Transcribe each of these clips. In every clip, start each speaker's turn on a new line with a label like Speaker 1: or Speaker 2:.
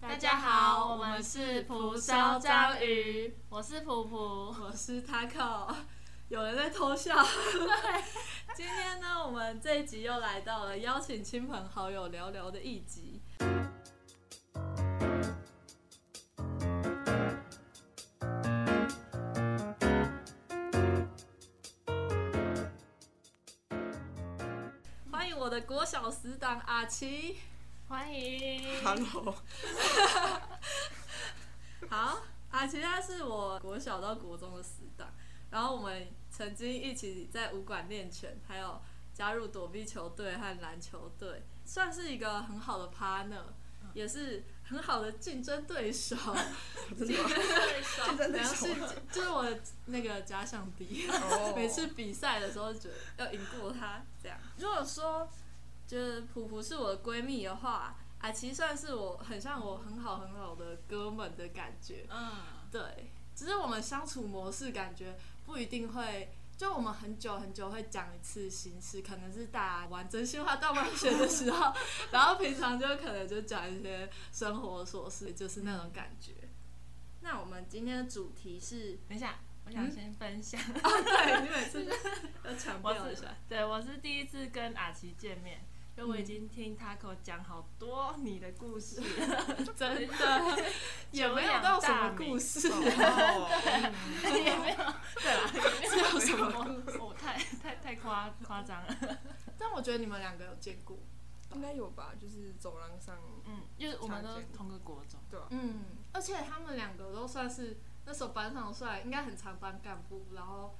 Speaker 1: 大家好，我们是蒲烧章鱼，我是普普。
Speaker 2: 我是 Taco，有人在偷笑。今天呢，我们这一集又来到了邀请亲朋好友聊聊的一集。欢迎我的国小死党阿奇。
Speaker 1: 欢迎。
Speaker 3: Hello，
Speaker 2: 好啊，其实他是我国小到国中的死党，然后我们曾经一起在武馆练拳，还有加入躲避球队和篮球队，算是一个很好的 partner，也是很好的竞争对手，
Speaker 3: 真的吗竞争对
Speaker 2: 然后
Speaker 3: 手啊
Speaker 2: 是就是我的那个假想敌。
Speaker 3: 哦
Speaker 2: 每次比赛的时候，觉得要赢过他这样。如果说就是普普是我的闺蜜的话，啊，其实算是我很像我很好很好的哥们的感觉。
Speaker 1: 嗯，
Speaker 2: 对，只是我们相处模式感觉不一定会，就我们很久很久会讲一次心事，可能是打完真心话大冒险的时候，哦然后平常就可能就讲一些生活琐事，就是那种感觉。那我们今天的主题是，
Speaker 1: 等一下，我想
Speaker 2: 嗯
Speaker 1: 先分享。
Speaker 2: 对你每次要强
Speaker 1: 我
Speaker 2: 调一
Speaker 1: 是
Speaker 2: 下，
Speaker 1: 对，我是第一次跟阿奇见面，就我已经听 Taco 讲好多你的故事，嗯
Speaker 2: 真的也没有到什么故事，
Speaker 3: 哦，
Speaker 1: 也没有，对啦，也没
Speaker 2: 有什么
Speaker 1: 故事，我太太太夸夸张了。
Speaker 2: 但我觉得你们两个有见过，
Speaker 3: 应该有吧，就是走廊上，
Speaker 1: 嗯，就是我们都
Speaker 3: 常见
Speaker 1: 同个国中，
Speaker 3: 对吧？
Speaker 2: 嗯，而且他们两个都算是那时候班上算应该很常当干部，然后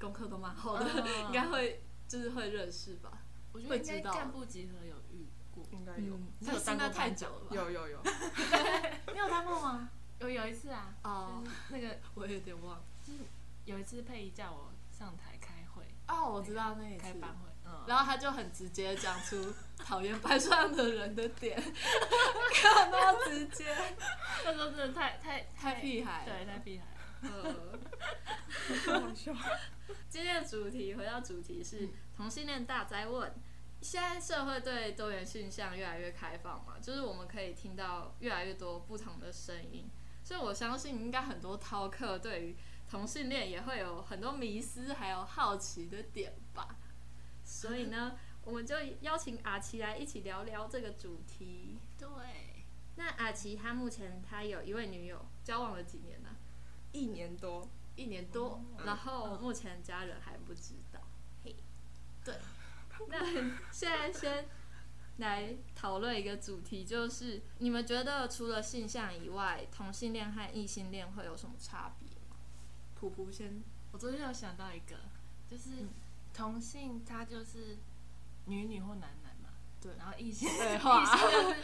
Speaker 2: 功课都蛮好的，
Speaker 1: 嗯
Speaker 2: 应该会就是会认识吧。
Speaker 1: 我觉得
Speaker 2: 会
Speaker 1: 应该
Speaker 2: 知道
Speaker 1: 干部集合有遇过。
Speaker 3: 应该有，
Speaker 2: 嗯，
Speaker 1: 你有
Speaker 2: 但是
Speaker 1: 当过
Speaker 2: 那太
Speaker 1: 班
Speaker 2: 久
Speaker 1: 长
Speaker 2: 了吧？
Speaker 3: 有有有，
Speaker 2: 你有当过吗？
Speaker 1: 有有一次啊，
Speaker 2: 哦，
Speaker 1: 那个
Speaker 2: 我有点忘了。
Speaker 1: 有一次佩仪叫我上台开会，
Speaker 2: 哦，我知道那一
Speaker 1: 开
Speaker 2: 次。
Speaker 1: 班会，嗯，
Speaker 2: 然后他就很直接讲出讨厌班上的人的点， 看到直接
Speaker 1: 那时候真的太太
Speaker 2: 太屁孩了。
Speaker 1: 对，太屁孩了。
Speaker 2: 呃
Speaker 3: 好笑。
Speaker 2: 今天的主题回到主题是同性恋大灾问。现在社会对多元性向越来越开放嘛，就是我们可以听到越来越多不同的声音，所以我相信应该很多饕客对于同性恋也会有很多迷思还有好奇的点吧。所以呢，我们就邀请阿奇来一起聊聊这个主题。
Speaker 1: 对，
Speaker 2: 那阿奇他目前他有一位女友，交往了几年呢、
Speaker 3: 一年多，
Speaker 2: 一年多，
Speaker 3: 嗯
Speaker 2: 然后目前家人还不知道。嘿，对，那现在先来讨论一个主题，就是你们觉得除了性向以外，同性恋和异性恋会有什么差别吗？普普先，
Speaker 1: 我昨天有想到一个，
Speaker 2: 嗯
Speaker 1: 就是同性，它就是女女或男男嘛。
Speaker 2: 对
Speaker 1: 然后异性，异性
Speaker 2: 对话
Speaker 1: 就是，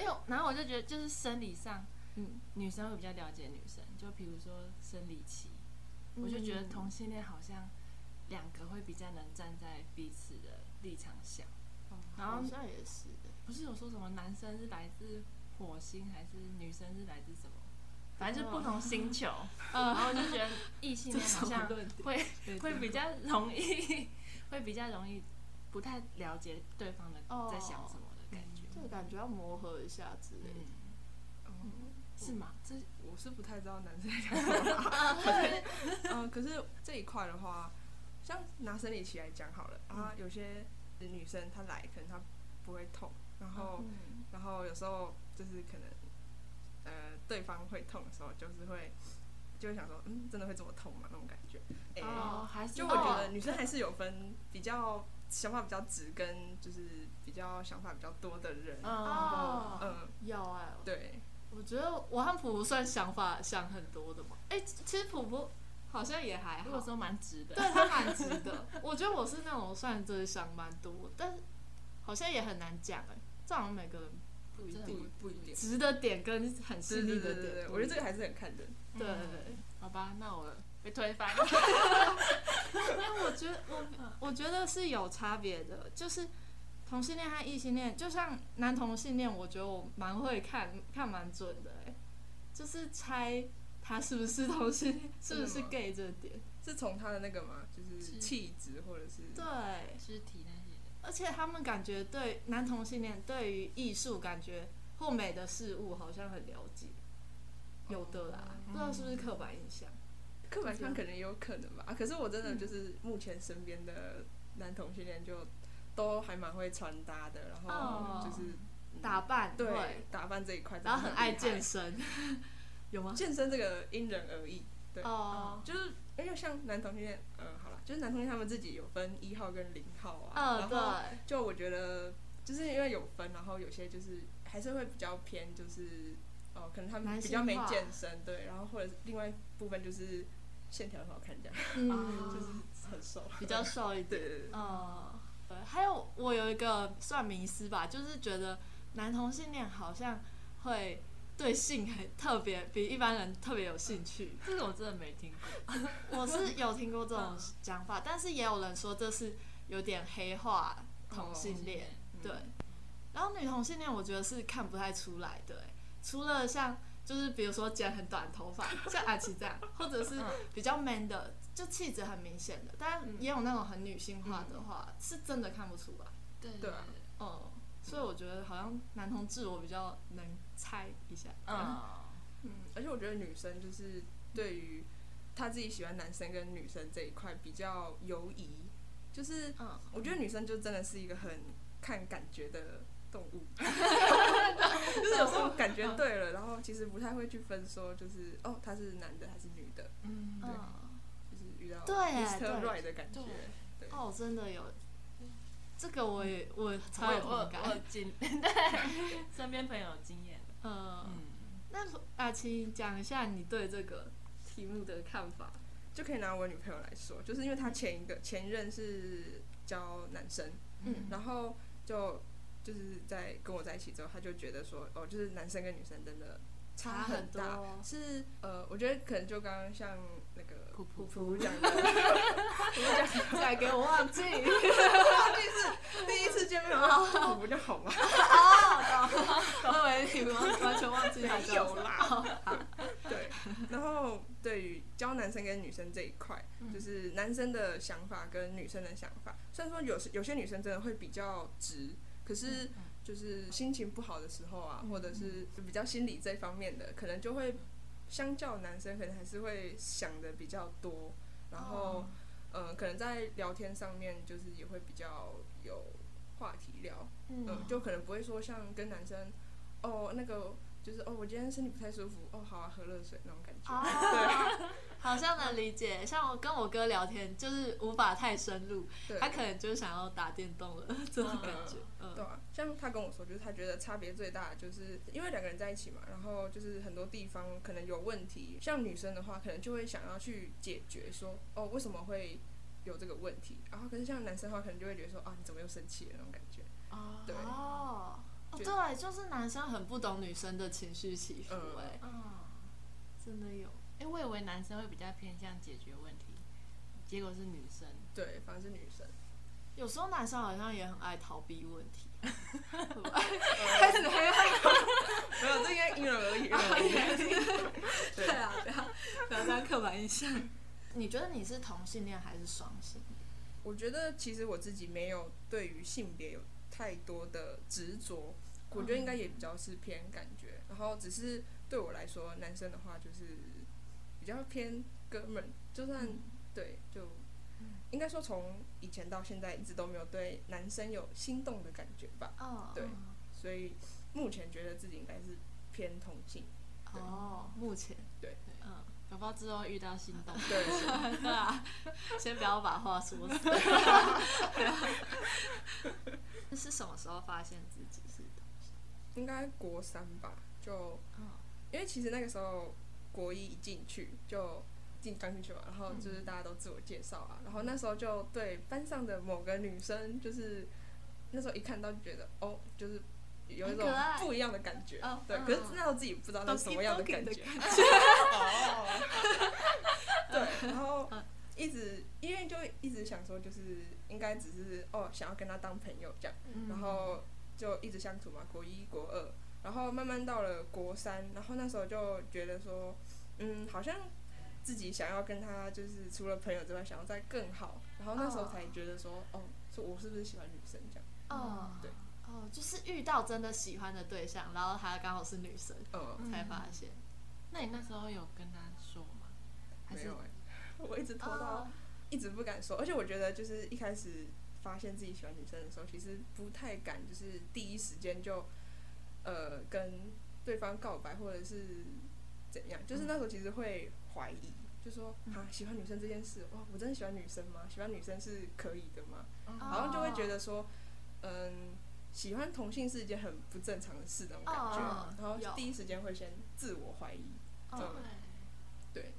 Speaker 1: 因为然后我就觉得，就是生理上
Speaker 2: 嗯，
Speaker 1: 女生会比较了解女生，就比如说生理期，
Speaker 2: 嗯
Speaker 1: 我就觉得同性恋好像两个会比较能站在彼此的立场想。
Speaker 3: 嗯
Speaker 1: 然后
Speaker 2: 好像也是
Speaker 1: 不是有说什么男生是来自火星，还是女生是来自什么？反正就不同星球，哦嗯然后我就觉得异性恋好像
Speaker 2: 这什么论点
Speaker 1: 会
Speaker 2: 对
Speaker 1: 会比较容易， 会比较容易不太了解对方的
Speaker 2: 哦
Speaker 1: 在想什么的感觉。
Speaker 2: 这个感觉要磨合一下之类
Speaker 1: 嗯
Speaker 2: 的。，
Speaker 3: 嗯
Speaker 1: 是吗？这
Speaker 3: 我是不太知道男生在讲什 么，可是，嗯，可是这一块的话，像拿生理期来讲好了啊，有些女生她来可能她不会痛，然后
Speaker 2: 嗯
Speaker 3: 然后有时候就是可能，呃，对方会痛的时候，就是会就会想说，嗯，真的会这么痛吗？那种感觉。哎、
Speaker 1: 哦，还是
Speaker 3: 就我觉得
Speaker 2: 哦
Speaker 3: 女生还是有分比较想法比较直跟就是比较想法比较多的人。嗯、
Speaker 1: 哦，
Speaker 2: 哦，有哎、
Speaker 3: 对，
Speaker 2: 我觉得我和普普算想法想很多的嘛。哎、其实普普好像也还
Speaker 1: 如果
Speaker 2: 好，
Speaker 1: 说蛮直的，
Speaker 2: 对他蛮直的。我觉得我是那种算真的想蛮多，但是好像也很难讲哎、这好像每个人不一
Speaker 1: 真的
Speaker 2: 定
Speaker 3: 不不一定。
Speaker 2: 直的点跟很细
Speaker 3: 对
Speaker 2: 腻
Speaker 3: 对
Speaker 2: 的
Speaker 3: 对
Speaker 2: 点
Speaker 3: 对
Speaker 2: 不一
Speaker 3: 对，
Speaker 2: 样，
Speaker 3: 我觉得这个还是很看人。
Speaker 2: 对。
Speaker 1: 嗯
Speaker 3: 嗯
Speaker 1: 好吧，那我被推翻。
Speaker 2: 但我觉得我我觉得是有差别的，就是同性恋和异性恋，就像男同性恋，我觉得我蛮会看看蛮准的、欸，就是猜他是不是同性恋，是不是
Speaker 3: 真的吗
Speaker 2: gay 这点。
Speaker 3: 是从她的那个嘛，就是是气质或者是
Speaker 2: 对，
Speaker 1: 肢体那些的，
Speaker 2: 而且他们感觉对男同性恋对于艺术感觉或美的事物好像很了解，有的啦，
Speaker 3: 哦
Speaker 2: 不知道是不是刻板印象。
Speaker 3: 嗯刻板上可能也有可能吧。啊可是我真
Speaker 2: 嗯
Speaker 3: 的就是目前身边的男同性恋就都还蛮会穿搭的，然
Speaker 2: 哦
Speaker 3: 后就是、嗯
Speaker 2: 打扮
Speaker 3: 对，打扮这一块真的
Speaker 2: 然后
Speaker 3: 很厉害，
Speaker 2: 很爱健身，有 吗？
Speaker 3: 健身这个因人而异，对，
Speaker 2: 哦，
Speaker 3: 就是因为像男同性恋，嗯，好啦，就是男同性恋他们自己有分一号跟零号啊，
Speaker 2: 嗯，
Speaker 3: 然后
Speaker 2: 对，
Speaker 3: 就我觉得就是因为有分，然后有些就是还是会比较偏就是。哦，可能他们
Speaker 2: 男
Speaker 3: 比
Speaker 2: 性
Speaker 3: 较没
Speaker 2: 化
Speaker 3: 健身，对，然后或者是另外一部分就是线条很好看，这样
Speaker 2: 嗯，
Speaker 1: 就是
Speaker 3: 很瘦，
Speaker 2: 比较瘦一
Speaker 3: 啊 对
Speaker 2: 点。
Speaker 3: 对对，
Speaker 2: 嗯，对，还有我有一个算迷思吧，就是觉得男同性恋好像会对性很特别，比一般人特别有兴趣。
Speaker 1: 这个我真的没听过。
Speaker 2: 我是有听过这种讲法，但是也有人说这是有点黑化哦同性恋。
Speaker 3: 嗯
Speaker 2: 对，然后女同性恋我觉得是看不太出来的欸、除了像就是比如说剪很短头发，像阿奇这样，或者是
Speaker 1: 嗯
Speaker 2: 比较 man 的，就气质很明显的，但也有那种很女性化的话，是真的看不出来。
Speaker 1: 对
Speaker 3: 对啊
Speaker 2: 嗯哦、所以我觉得好像男同志我比较能猜一下。
Speaker 1: 嗯，
Speaker 3: 嗯，而且我觉得女生就是对于她自己喜欢男生跟女生这一块比较犹疑，就是
Speaker 2: 嗯，
Speaker 3: 我觉得女生就真的是一个很看感觉的动物， 就是有时候感觉对了，然后其实不太会去分说，就是哦他是男的还是女的，
Speaker 1: 嗯
Speaker 2: 嗯，
Speaker 3: 就是遇到
Speaker 2: 对
Speaker 3: Mr.
Speaker 2: 对
Speaker 3: Right 的感觉，对，
Speaker 2: 哦，真的有，这个我也我
Speaker 1: 我
Speaker 2: 超有
Speaker 1: 我
Speaker 2: 同
Speaker 1: 我
Speaker 2: 感。
Speaker 1: 经 对，身边朋友有经验。
Speaker 2: 嗯，
Speaker 1: 嗯，
Speaker 2: 那阿奇讲一下你对这个题目的看法。
Speaker 3: 就可以拿我女朋友来说，就是因为她前一个前任是教男生，
Speaker 2: 嗯
Speaker 3: 然后就就是在跟我在一起之后，他就觉得说，哦，就是男生跟女生真的
Speaker 2: 差
Speaker 3: 很
Speaker 2: 很
Speaker 3: 大，
Speaker 2: 多
Speaker 3: 是呃，我觉得可能就刚刚像那个
Speaker 1: 噗 噗
Speaker 3: 噗讲的，
Speaker 2: 再给我忘 记。
Speaker 3: 第一次见面然后噗噗就好嘛，
Speaker 2: 我以为你们完全忘记他
Speaker 3: 没
Speaker 2: 叫什
Speaker 3: 有
Speaker 2: 么。
Speaker 3: 啦， 对，然后对于教男生跟女生这一块，就是男生的想法跟女生的想法，虽然说有时有些女生真的会比较直，可是。就是心情不好的时候啊，或者是比较心理这方面的，可能就会相较男生，可能还是会想的比较多，然后
Speaker 1: 哦
Speaker 3: 嗯、呃可能在聊天上面就是也会比较有话题聊，嗯、
Speaker 2: 嗯
Speaker 3: 就可能不会说像跟男生哦那个就是哦我今天身体不太舒服，哦好啊喝热水那种感觉，
Speaker 2: 哦，好像能理解。像我跟我哥聊天，就是无法太深入，
Speaker 3: 对。
Speaker 2: 他可能就想要打电动了这种感觉。嗯
Speaker 3: 对啊，像他跟我说，就是他觉得差别最大，就是因为两个人在一起嘛，然后就是很多地方可能有问题，像女生的话，可能就会想要去解决说，哦，为什么会有这个问题？然后可是像男生的话，可能就会觉得说，啊，你怎么又生气了那种感觉。
Speaker 1: 哦
Speaker 3: 对
Speaker 2: 哦，哦
Speaker 3: 就
Speaker 2: 对，就是男生很不懂女生的情绪起伏、
Speaker 3: 嗯
Speaker 2: 哎、
Speaker 1: 哦，
Speaker 2: 真的有。
Speaker 1: 哎，我以为男生会比较偏向解决问题，结果是女生。
Speaker 3: 对，反正是女生，
Speaker 2: 有时候男生好像也很爱逃避问题，
Speaker 3: 开始黑没有，这应该因人而异，因人而 异。对
Speaker 2: 啊，不要不要当刻板印象。你觉得你是同性恋还是双性恋？
Speaker 3: 我觉得其实我自己没有对于性别有太多的执着，我觉得应该也比较是偏感觉。然后只是对我来说，男生的话就是比较偏哥们，就算、
Speaker 2: 嗯
Speaker 3: 对就。应该说，从以前到现在一直都没有对男生有心动的感觉吧，
Speaker 2: 哦
Speaker 3: 对所以目前觉得自己应该是偏同性，
Speaker 2: 哦，目前
Speaker 3: 对
Speaker 2: 嗯，
Speaker 1: 搞不好之后遇到心动，
Speaker 3: 对，是
Speaker 2: 对啊，先不要把话说死。这 是什么时候发现自己是同性？
Speaker 3: 应该国三吧，就
Speaker 2: 嗯
Speaker 3: 因为其实那个时候国一一进去就进刚进去嘛，然后就是
Speaker 2: 嗯
Speaker 3: 大家都自我介绍啊，然后那时候就对班上的某个女生，就是那时候一看到就觉得哦，就是有一
Speaker 2: 很
Speaker 3: 种
Speaker 2: 可爱
Speaker 3: 不一样的感觉，
Speaker 2: 哦
Speaker 3: 对，
Speaker 2: 嗯
Speaker 3: 可是那时候自己不知道那是什么样的感觉，哦， 对，然后
Speaker 2: 嗯
Speaker 3: 一直因为就一直想说，就是应该只是哦想要跟她当朋友这样，
Speaker 1: 嗯
Speaker 3: 然后就一直相处嘛，国一、国二，然后慢慢到了国三，然后那时候就觉得说，嗯，好像自己想要跟他就是除了朋友之外，想要再哦更好，然后那时候才觉得说，哦，说我是不是喜欢女生这样？
Speaker 2: 哦
Speaker 3: 对
Speaker 2: 哦，哦，就是遇到真的喜欢的对象，然后她刚好是女生，
Speaker 3: 呃，
Speaker 1: 嗯
Speaker 2: 才发现。
Speaker 1: 那你那时候有跟他说吗？还
Speaker 3: 没
Speaker 1: 是
Speaker 3: 有哎、我一直拖到
Speaker 2: 哦，
Speaker 3: 一直不敢说，而且我觉得就是一开始发现自己喜欢女生的时候，其实不太敢，就是第一时间就呃跟对方告白或者是怎样，
Speaker 2: 嗯
Speaker 3: 就是那时候其实会怀疑，就说啊喜欢女生这件事，哇，我真的喜欢女生吗？喜欢女生是可以的吗？
Speaker 1: 嗯
Speaker 2: 哦
Speaker 3: 好像就会觉得说，嗯。喜欢同性是一件很不正常的事，那种感觉。
Speaker 2: 哦
Speaker 3: 然后
Speaker 2: 有
Speaker 3: 第一时间会先自我怀疑，
Speaker 2: 哦，
Speaker 3: 对，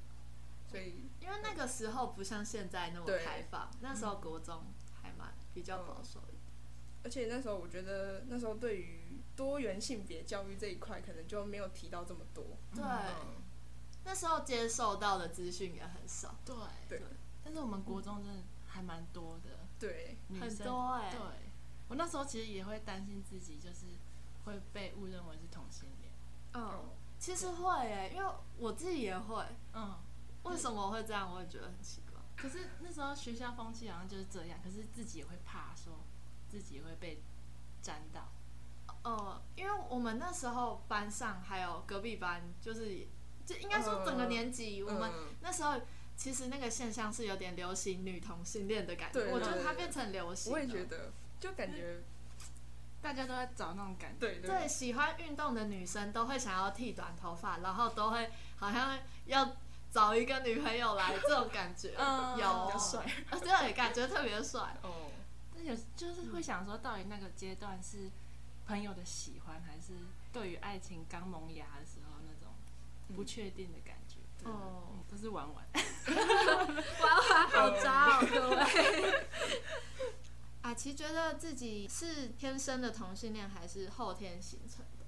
Speaker 3: 所以
Speaker 2: 因为那个时候不像现在那么
Speaker 3: 对
Speaker 2: 开放，那时候国中还蛮比较保守一点。
Speaker 3: 而且那时候我觉得那时候对于多元性别教育这一块，可能就没有提到这么多。
Speaker 2: 对，
Speaker 3: 嗯，
Speaker 2: 那时候接受到的资讯也很少，
Speaker 1: 对
Speaker 3: 对
Speaker 1: 但是我们国中真的还蛮多的
Speaker 3: 对，
Speaker 1: 女
Speaker 2: 很
Speaker 1: 生，
Speaker 2: 多哎、
Speaker 1: 对，我那时候其实也会担心自己就是会被误认为是同性恋。
Speaker 3: 哦
Speaker 2: 嗯，其实会哎、因为我自己也会。
Speaker 1: 嗯，
Speaker 2: 为什么会这样？我也觉得很奇怪。
Speaker 1: 可是那时候学校风气好像就是这样，可是自己也会怕说自己会被沾到。
Speaker 2: 呃，因为我们那时候班上还有隔壁班，就是就应该说整个年级，我们
Speaker 3: 嗯
Speaker 2: 那时候其实那个现象是有点流行女同性恋的感觉，
Speaker 3: 对
Speaker 2: 我觉得
Speaker 3: 对
Speaker 2: 它
Speaker 3: 对
Speaker 2: 变成流行了。
Speaker 3: 我也觉得，就感觉
Speaker 1: 大家都在找那种感觉。
Speaker 3: 对
Speaker 2: 对，喜欢运动的女生都会想要剃短头发，然后都会好像要找一个女朋友来这种感觉，
Speaker 1: 嗯
Speaker 2: 有
Speaker 1: 比较
Speaker 3: 帅，
Speaker 2: 啊对，感觉特别帅。
Speaker 3: 哦，
Speaker 1: 但有就是会想说，到底那个阶段是朋友的喜欢，还是对于爱情刚萌芽的时候那种不确定的感觉？
Speaker 3: 对
Speaker 2: 哦，
Speaker 1: 嗯，都是玩玩。
Speaker 2: 娃娃好渣哦，各位。 阿奇觉得自己是天生的同性恋还是后天形成的？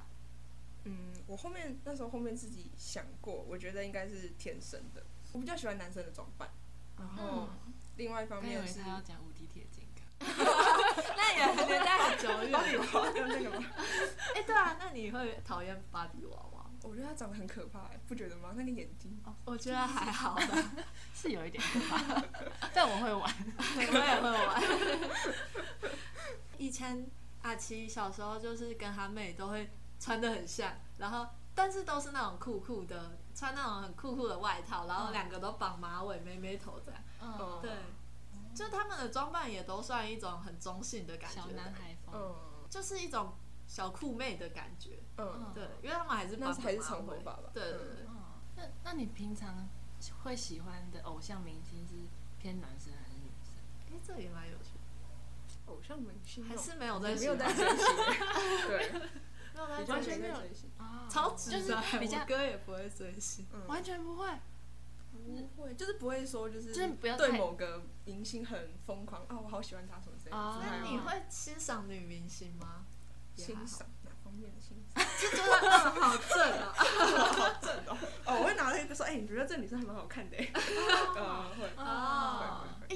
Speaker 3: 嗯，我后面那时候后面自己想过，我觉得应该是天生的。我比较喜欢男生的装扮，
Speaker 1: 然后
Speaker 3: 哦
Speaker 2: 嗯，
Speaker 3: 另外一方
Speaker 1: 刚以
Speaker 3: 面
Speaker 1: 为
Speaker 3: 是
Speaker 1: 他要讲无敌铁金刚，
Speaker 2: 那也年代很久
Speaker 3: 芭比
Speaker 2: 远。
Speaker 3: 娃娃跟那个吗？
Speaker 2: 哎，对啊，那你会讨厌芭比娃娃吗？
Speaker 3: 我觉得他长得很可怕、欸，不觉得吗？那个眼睛，
Speaker 2: 哦我觉得还好吧，
Speaker 1: 是有一点 可怕，但 我会玩。
Speaker 2: 我也会玩。以前阿奇小时候就是跟他妹都会穿的很像，然后但是都是那种酷酷的，穿那种很酷酷的外套，然后两个都绑马尾、妹妹头这样。
Speaker 1: 嗯，
Speaker 2: 对，就他们的装扮也都算一种很中性的感觉，
Speaker 1: 小男，孩风。
Speaker 3: 嗯
Speaker 2: 就是一种小酷妹的感觉。
Speaker 3: 嗯，
Speaker 2: 对，因为他们还是绑
Speaker 3: 那是还是
Speaker 2: 马
Speaker 3: 长头
Speaker 2: 尾
Speaker 3: 发吧
Speaker 2: 对对对，
Speaker 1: 哦嗯，那那你平常会喜欢的偶像明星是偏男生还是女生？
Speaker 2: 哎、这也蛮有趣的，
Speaker 3: 偶像明
Speaker 1: 嗯
Speaker 3: 星哦
Speaker 2: 还是没有在
Speaker 3: 没有
Speaker 2: 喜欢
Speaker 3: 在追星，对，
Speaker 2: 没有在
Speaker 3: 完
Speaker 2: 追
Speaker 3: 全
Speaker 2: 星
Speaker 3: 没有追星。
Speaker 1: 啊
Speaker 2: 超直
Speaker 1: 就是
Speaker 2: 的，
Speaker 1: 比较
Speaker 2: 我哥也不会追星。
Speaker 3: 嗯
Speaker 1: 完全不会。
Speaker 3: 不会，就是不会说就是
Speaker 1: 就是不要
Speaker 3: 对
Speaker 1: 太
Speaker 3: 某个明星很疯狂啊，我好喜欢他什么之类的。
Speaker 1: 哦
Speaker 2: 那你
Speaker 1: 嗯
Speaker 2: 会欣赏女明星吗？也还
Speaker 3: 欣
Speaker 2: 好，
Speaker 3: 赏哪方面的欣赏？
Speaker 2: 就觉得嗯好正啊！
Speaker 3: 好正哦！哦，我会拿了一个说，哎，你觉得这女生还蛮好看的欸？嗯，会，
Speaker 2: 哦
Speaker 3: 会会，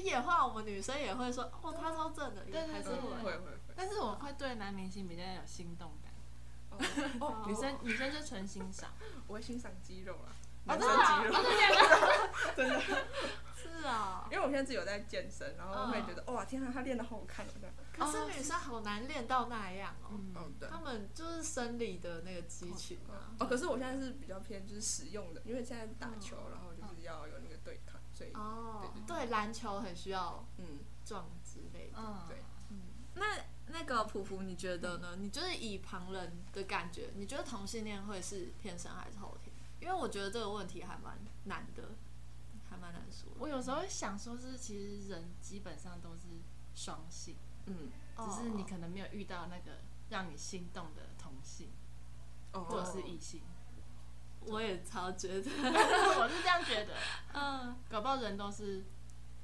Speaker 2: 哎也会啊，我们女生也会说哦，她超正的，也
Speaker 1: 对对
Speaker 2: 还是
Speaker 1: 对
Speaker 3: 嗯
Speaker 2: 会
Speaker 3: 会会会。
Speaker 1: 但是我会对男明星比较有心动感，
Speaker 3: 哦哦，
Speaker 1: 女生女生就纯欣赏。
Speaker 3: 我会欣赏肌肉
Speaker 1: 哦
Speaker 3: 啦，男
Speaker 1: 真
Speaker 3: 生
Speaker 1: 的啊哦
Speaker 3: 肌肉， 真的。
Speaker 2: 是啊。
Speaker 3: 因为我现在自己有在健身，然后会觉得
Speaker 1: 嗯
Speaker 3: 哇，天啊，她练的好好看哦，这样。
Speaker 2: 可是女生好难练到那样哦，
Speaker 1: 嗯，
Speaker 3: 对
Speaker 2: 她们就是生理的那个肌群啊。
Speaker 3: 哦，可是我现在是比较偏就是实用的，因为现在打球，
Speaker 1: 嗯
Speaker 3: 然后就是要有那个对抗，所以
Speaker 2: 哦，
Speaker 1: 对
Speaker 2: 对，篮球很需要
Speaker 3: 嗯，
Speaker 2: 壮之类的。
Speaker 1: 嗯，
Speaker 3: 对
Speaker 2: 那那个普普，你觉得呢？你就是以旁人的感觉，你觉得同性恋会是天生还是后天？因为我觉得这个问题还蛮难的，还蛮难说的。
Speaker 1: 我有时候会想说是，其实人基本上都是双性，
Speaker 3: 嗯，
Speaker 1: 只是你
Speaker 2: 哦
Speaker 1: 可能没有遇到那个让你心动的同性
Speaker 3: 哦
Speaker 1: 或者是异 性，
Speaker 2: 我也超觉得，
Speaker 1: 我是这样觉得。
Speaker 2: 嗯，
Speaker 1: 搞不好人都是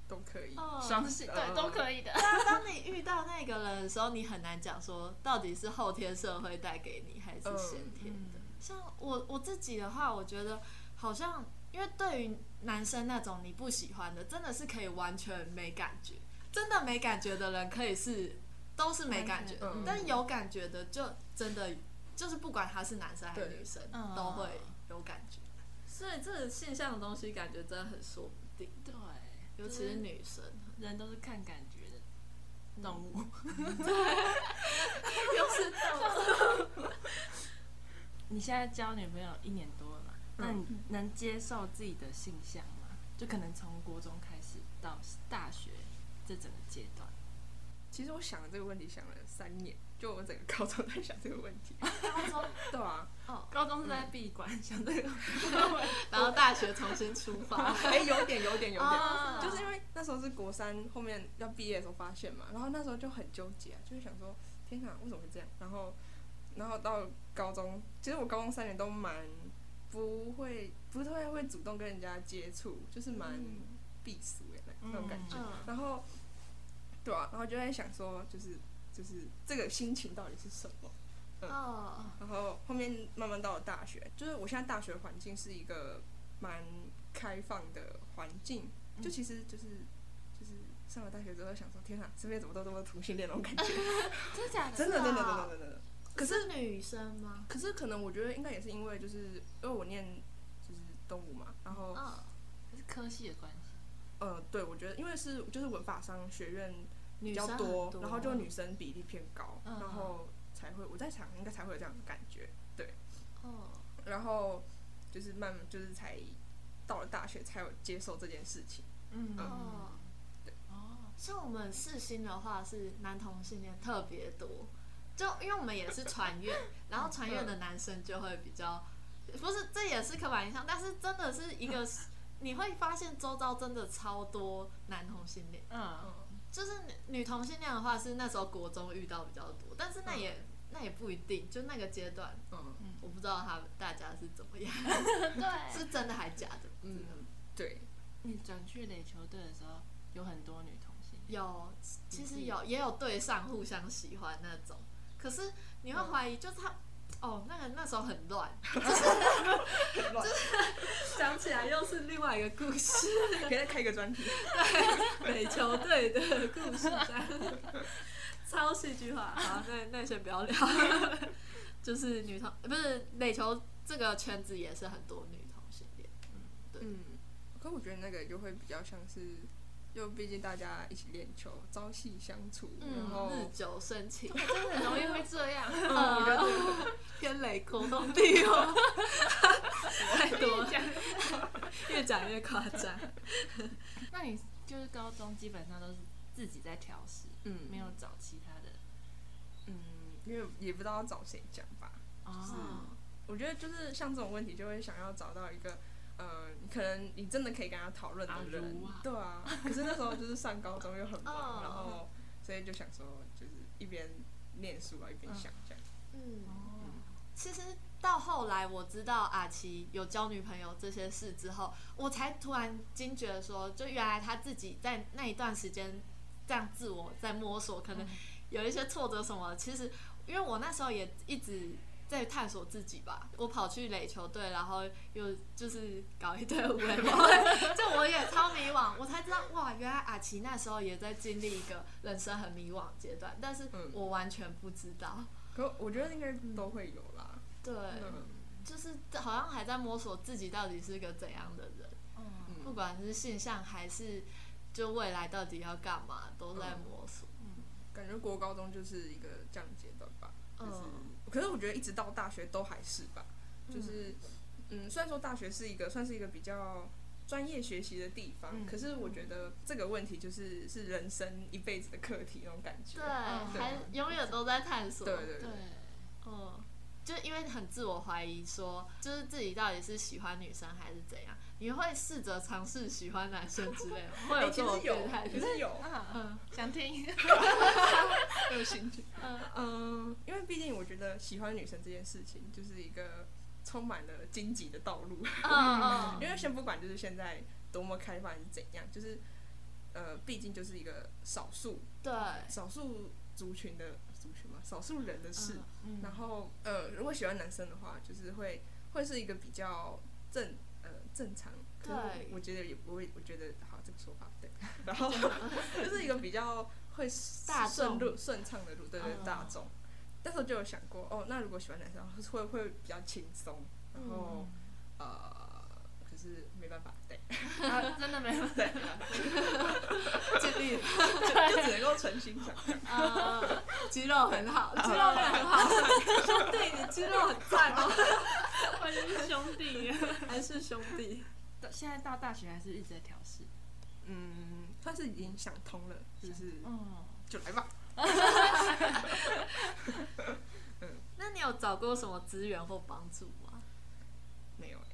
Speaker 3: 都可以。
Speaker 2: 哦
Speaker 1: 双性，对，
Speaker 3: 嗯
Speaker 1: 都可 以的。
Speaker 2: 但当你遇到那个人的时候，你很难讲说到底是后天社会带给你，还是先天
Speaker 1: 嗯
Speaker 2: 的。像我我自己的话，我觉得好像因为对于男生那种你不喜欢的，真的是可以完全没感觉。真的没感觉的人，可以是都是没感觉
Speaker 1: 完
Speaker 3: 全嗯，
Speaker 2: 但有感觉的就真的就是不管他是男生还是女生
Speaker 1: 对，
Speaker 2: 都会有感觉。所以这个现象的东西，感觉真的很说不定，
Speaker 1: 对，
Speaker 2: 尤其是女生。
Speaker 1: 人都是看感觉的。动
Speaker 2: 嗯
Speaker 1: 物。
Speaker 2: 又是动物。
Speaker 1: 你现在交女朋友一年多了嘛？那你能接受自己的性向吗？就可能从国中开始到大学这整个阶段，
Speaker 3: 其实我想了这个问题想了三年，就我整个高中在想这个问题。
Speaker 2: 高中
Speaker 3: 对啊，
Speaker 1: 高中是在闭关想这个问题，
Speaker 2: 然后大学重新出发。
Speaker 3: 哎、有点，有点，有点。
Speaker 2: 啊
Speaker 3: 就是因为那时候是国三后面要毕业的时候发现嘛，然后那时候就很纠结、啊，就是想说，天哪，为什么会这样？然后，然后到高中，其实我高中三年都蛮不会，不太会主动跟人家接触，就是蛮
Speaker 2: 嗯
Speaker 3: 避俗的那那种感觉。
Speaker 2: 嗯
Speaker 3: 然后，对啊，然后就在想说，就是就是这个心情到底是什么？
Speaker 2: 哦，
Speaker 3: 然后后面慢慢到了大学，就是我现在大学环境是一个蛮开放的环境，
Speaker 1: 嗯
Speaker 3: 就其实就是就是上了大学之后想说，天哪，身边怎么都这么多同性恋那种感觉，
Speaker 1: 真的假的？
Speaker 3: 真的真的真的真的真的。可是
Speaker 2: 女生吗？
Speaker 3: 可是可能我觉得应该也是因为就是因为我念就是动物嘛，然后
Speaker 2: 嗯，
Speaker 1: 是科系的关系，
Speaker 3: 呃对我觉得因为是就是文法商学院比
Speaker 2: 女
Speaker 3: 较
Speaker 2: 生很
Speaker 3: 多，
Speaker 2: 多，
Speaker 3: 然后就女生比例偏高，
Speaker 1: 嗯
Speaker 3: 然后才会我在想应该才会有这样的感觉。
Speaker 2: 哦，
Speaker 3: 然后就是慢慢就是才到了大学才有接受这件事情。
Speaker 1: 嗯
Speaker 2: 哦
Speaker 1: 哦，
Speaker 2: 像我们世新的话是男同性恋特别多，就因为我们也是传 院，然后传院的男生就会比较，不是这也是刻板印象，但是真的是一 个，你会发现周遭真的超多男同性恋，
Speaker 1: 嗯，
Speaker 2: 就是女女同性恋的话是那时候国中遇到比较多，但是那也、那也不一定，就那个阶段
Speaker 3: 嗯，
Speaker 2: 我不知道他大家是怎 么样，
Speaker 4: 对，
Speaker 2: 是真的还假的？
Speaker 3: 嗯
Speaker 2: 嗯，
Speaker 3: 对，
Speaker 1: 你转去垒球队的时候，有很多女同性恋，
Speaker 2: 有，其实有也有对上互相喜欢那种，可是你会怀疑，就是他、哦，那个那时候很乱，就是讲起来又是另外一个故事，
Speaker 3: 可以再开一个专题。
Speaker 2: 垒球队的故事，这样超戏剧化。好，那那先不要 聊，就是女同呃不是垒球这个圈子也是很多女同性恋，
Speaker 3: 嗯，可我觉得那个就会比较像是，就毕竟大家一起练球，朝夕相处，
Speaker 2: 嗯
Speaker 3: 然后
Speaker 2: 日久生情，
Speaker 1: 真的很容易会这样。
Speaker 2: 呃，天雷勾动地 哦，太多了，越讲越夸张。
Speaker 1: 那你就是高中基本上都是自己在调试，
Speaker 3: 嗯
Speaker 1: 没有找其他的。
Speaker 3: 嗯，因为也不知道要找谁讲吧。
Speaker 1: 哦，
Speaker 3: 我觉得就是像这种问题，就会想要找到一个。呃，你可能你真的可以跟他讨论
Speaker 1: 阿
Speaker 3: 的
Speaker 1: 如
Speaker 3: 人，
Speaker 1: 啊
Speaker 3: 对啊。可是那时候就是上高中又很 忙，
Speaker 2: 哦
Speaker 3: 然后所以就想说，就是一边念书啊，一边想这样。
Speaker 2: 嗯，
Speaker 1: 哦，
Speaker 2: 其实到后来我知道阿奇有交女朋友这些事之后，我才突然惊觉说，就原来他自己在那一段时间这样自我在摸索，可能
Speaker 1: 嗯
Speaker 2: 有一些挫折什么的。其实因为我那时候也一直。在探索自己吧，我跑去垒球队，然后又就是搞一堆无为不为 就我也超迷惘，我才知道哇，原来阿奇那时候也在经历一个人生很迷惘的阶段，但是
Speaker 3: 嗯
Speaker 2: 我完全不知道。
Speaker 1: 嗯
Speaker 3: 可我觉得应该都会有啦。
Speaker 2: 对，
Speaker 3: 嗯
Speaker 2: 就是好像还在摸索自己到底是个怎样的人，
Speaker 1: 嗯
Speaker 2: 不管是性向还是就未来到底要干嘛，都在摸索。
Speaker 3: 感觉国高中就是一个这样的阶段吧。就是，
Speaker 2: 嗯
Speaker 3: 可是我觉得一直到大学都还是吧。就是，嗯，虽然说大学是一个算是一个比较专业学习的地方，
Speaker 1: 嗯
Speaker 3: 可是我觉得这个问题就是是人生一辈子的课题那种感
Speaker 2: 嗯
Speaker 3: 觉。
Speaker 2: 对，啊
Speaker 1: 对
Speaker 2: 还永远都在探索。
Speaker 3: 对对对
Speaker 1: 对，
Speaker 2: 嗯，就因为很自我怀疑说，就是自己到底是喜欢女生还是怎样，你会试着尝试喜欢男生之 类的，会
Speaker 3: 哎
Speaker 2: 有
Speaker 3: 其
Speaker 2: 这种
Speaker 3: 实有
Speaker 2: 变态，
Speaker 3: 其
Speaker 2: 的。
Speaker 3: 实有，
Speaker 1: 啊，
Speaker 2: 嗯
Speaker 1: 想听。
Speaker 3: 有兴趣。
Speaker 2: 嗯
Speaker 3: 嗯，因为毕竟我觉得喜欢女生这件事情就是一个充满了荆棘的道路。
Speaker 2: 嗯嗯，
Speaker 3: 因为先不管就是现在多么开放还是怎样，就是呃，毕竟就是一个少数
Speaker 2: 对，
Speaker 3: 少数族群的族群嘛，少数人的事。
Speaker 1: 嗯
Speaker 3: 然后呃，如果喜欢男生的话，就是会会是一个比较正呃正常，可是
Speaker 2: 对
Speaker 3: 我我觉得也不会，我觉得好这个说法 对，然后就是一个比较会
Speaker 2: 大
Speaker 3: 顺
Speaker 2: 众
Speaker 3: 路顺畅的路，对对
Speaker 1: 嗯
Speaker 3: 大众。但是我就有想嗯过，哦，那如果喜欢男生，会会会比较轻松，然后、呃，可就是没办法对，
Speaker 1: 啊 真的没有
Speaker 3: 对，尽力 就就只能够存心想象。
Speaker 2: 呃， 肌肉很好，肌肉真的很 好，兄弟，你肌肉很赞哦，
Speaker 1: 我是兄弟。
Speaker 2: 还是兄弟，
Speaker 1: 到现在到大学还是一直在调试。
Speaker 3: 嗯，算是已经想通了，就是
Speaker 1: 嗯，
Speaker 3: 就来吧。
Speaker 2: 那你有找过什么资源或帮助吗？
Speaker 3: 没有欸，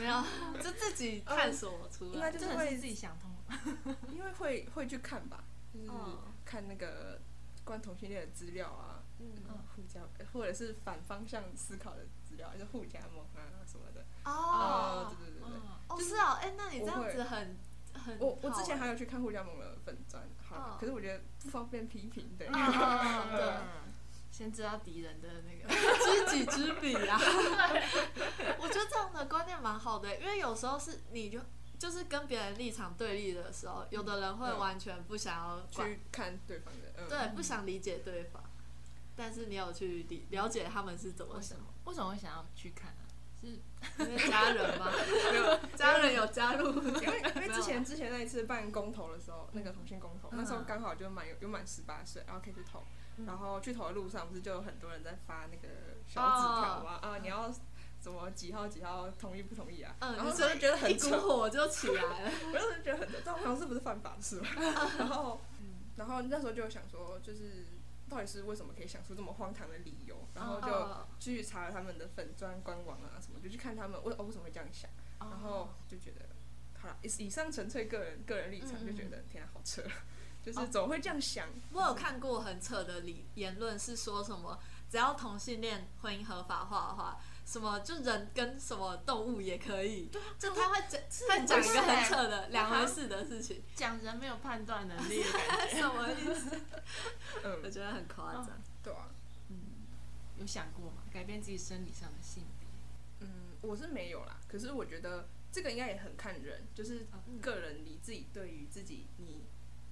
Speaker 2: 没 有，就自己探索出
Speaker 3: 应该
Speaker 2: 来。
Speaker 3: 就是
Speaker 1: 真的
Speaker 3: 会
Speaker 1: 是自己想通了。
Speaker 3: 因为会会去看吧，就是
Speaker 2: 嗯
Speaker 3: 看那个关同性恋的资料啊，
Speaker 2: 嗯
Speaker 3: 互加或者是反方向思考的资料，就互加盟啊什么的。
Speaker 2: 哦
Speaker 3: 对对对对。
Speaker 1: 嗯，
Speaker 2: 哦，是哦，哎，那你这样子
Speaker 3: 我
Speaker 2: 很很
Speaker 3: 我我
Speaker 2: 好
Speaker 3: 之前
Speaker 2: 哎
Speaker 3: 还有去看互加盟的粉砖，好啦
Speaker 2: 嗯
Speaker 3: 可是我觉得不方便批评，对，
Speaker 2: 嗯嗯嗯对
Speaker 1: 嗯，先知道敌人的那个。
Speaker 2: 知己知彼啊。 我觉得这样的观念蛮好的，因为有时候是你就就是跟别人立场对立的时候，有的人会
Speaker 3: 对
Speaker 2: 完全不想要管，
Speaker 3: 嗯去看对方的，嗯，
Speaker 2: 对，不想理解对方。但是你有去理了解他们是怎么
Speaker 1: 为
Speaker 2: 想
Speaker 1: 什么？为什么会想要去看啊？是
Speaker 2: 的， 因为家人吗？
Speaker 3: 没有，
Speaker 2: 家人有加入，
Speaker 3: 因为因为之
Speaker 2: 没有
Speaker 3: 前之前那一次办公投的时候，那个同性公投，
Speaker 1: 嗯
Speaker 3: 那时候刚好就满有有满十八岁，然后可以去投。
Speaker 1: 嗯
Speaker 3: 然后去投的路上，不是就有很多人在发那个小纸条
Speaker 2: 哦
Speaker 3: 吗？啊，你要什么几号几号同意不同意啊？
Speaker 2: 嗯，
Speaker 3: 然后
Speaker 2: 你
Speaker 3: 我就觉得
Speaker 2: 一
Speaker 3: 很
Speaker 2: 股
Speaker 3: 扯，
Speaker 2: 火就起来 了。
Speaker 3: 我就是觉得很扯，这好像是不是犯法的 事吧？然后，然后那时候就想说，就是到底是为什么可以想出这么荒唐的理由？然后就
Speaker 2: 哦
Speaker 3: 去查了他们的粉砖官网啊什么，就去看他们为哦为什么会这样想。然后就觉得，好了，以以上纯粹个人个人立场，
Speaker 2: 嗯嗯
Speaker 3: 就觉得天啊，好扯， 就是总会这样想，
Speaker 2: 我有看过很扯的理言论，是说什么只要同性恋婚姻合法化的话，什么就人跟什么动物也可以，对，就他会讲，他讲一个很扯的两回事的事情，
Speaker 1: 讲人没有判断能力的感觉。
Speaker 2: 什么意思？ 我
Speaker 3: 嗯，
Speaker 2: 觉得很夸张。
Speaker 3: 对啊，
Speaker 1: 嗯，有想过吗？改变自己生理上的性别？
Speaker 3: 嗯，我是没有啦，可是我觉得这个应该也很看人，就是
Speaker 2: 嗯
Speaker 3: 个人你自己对于自己你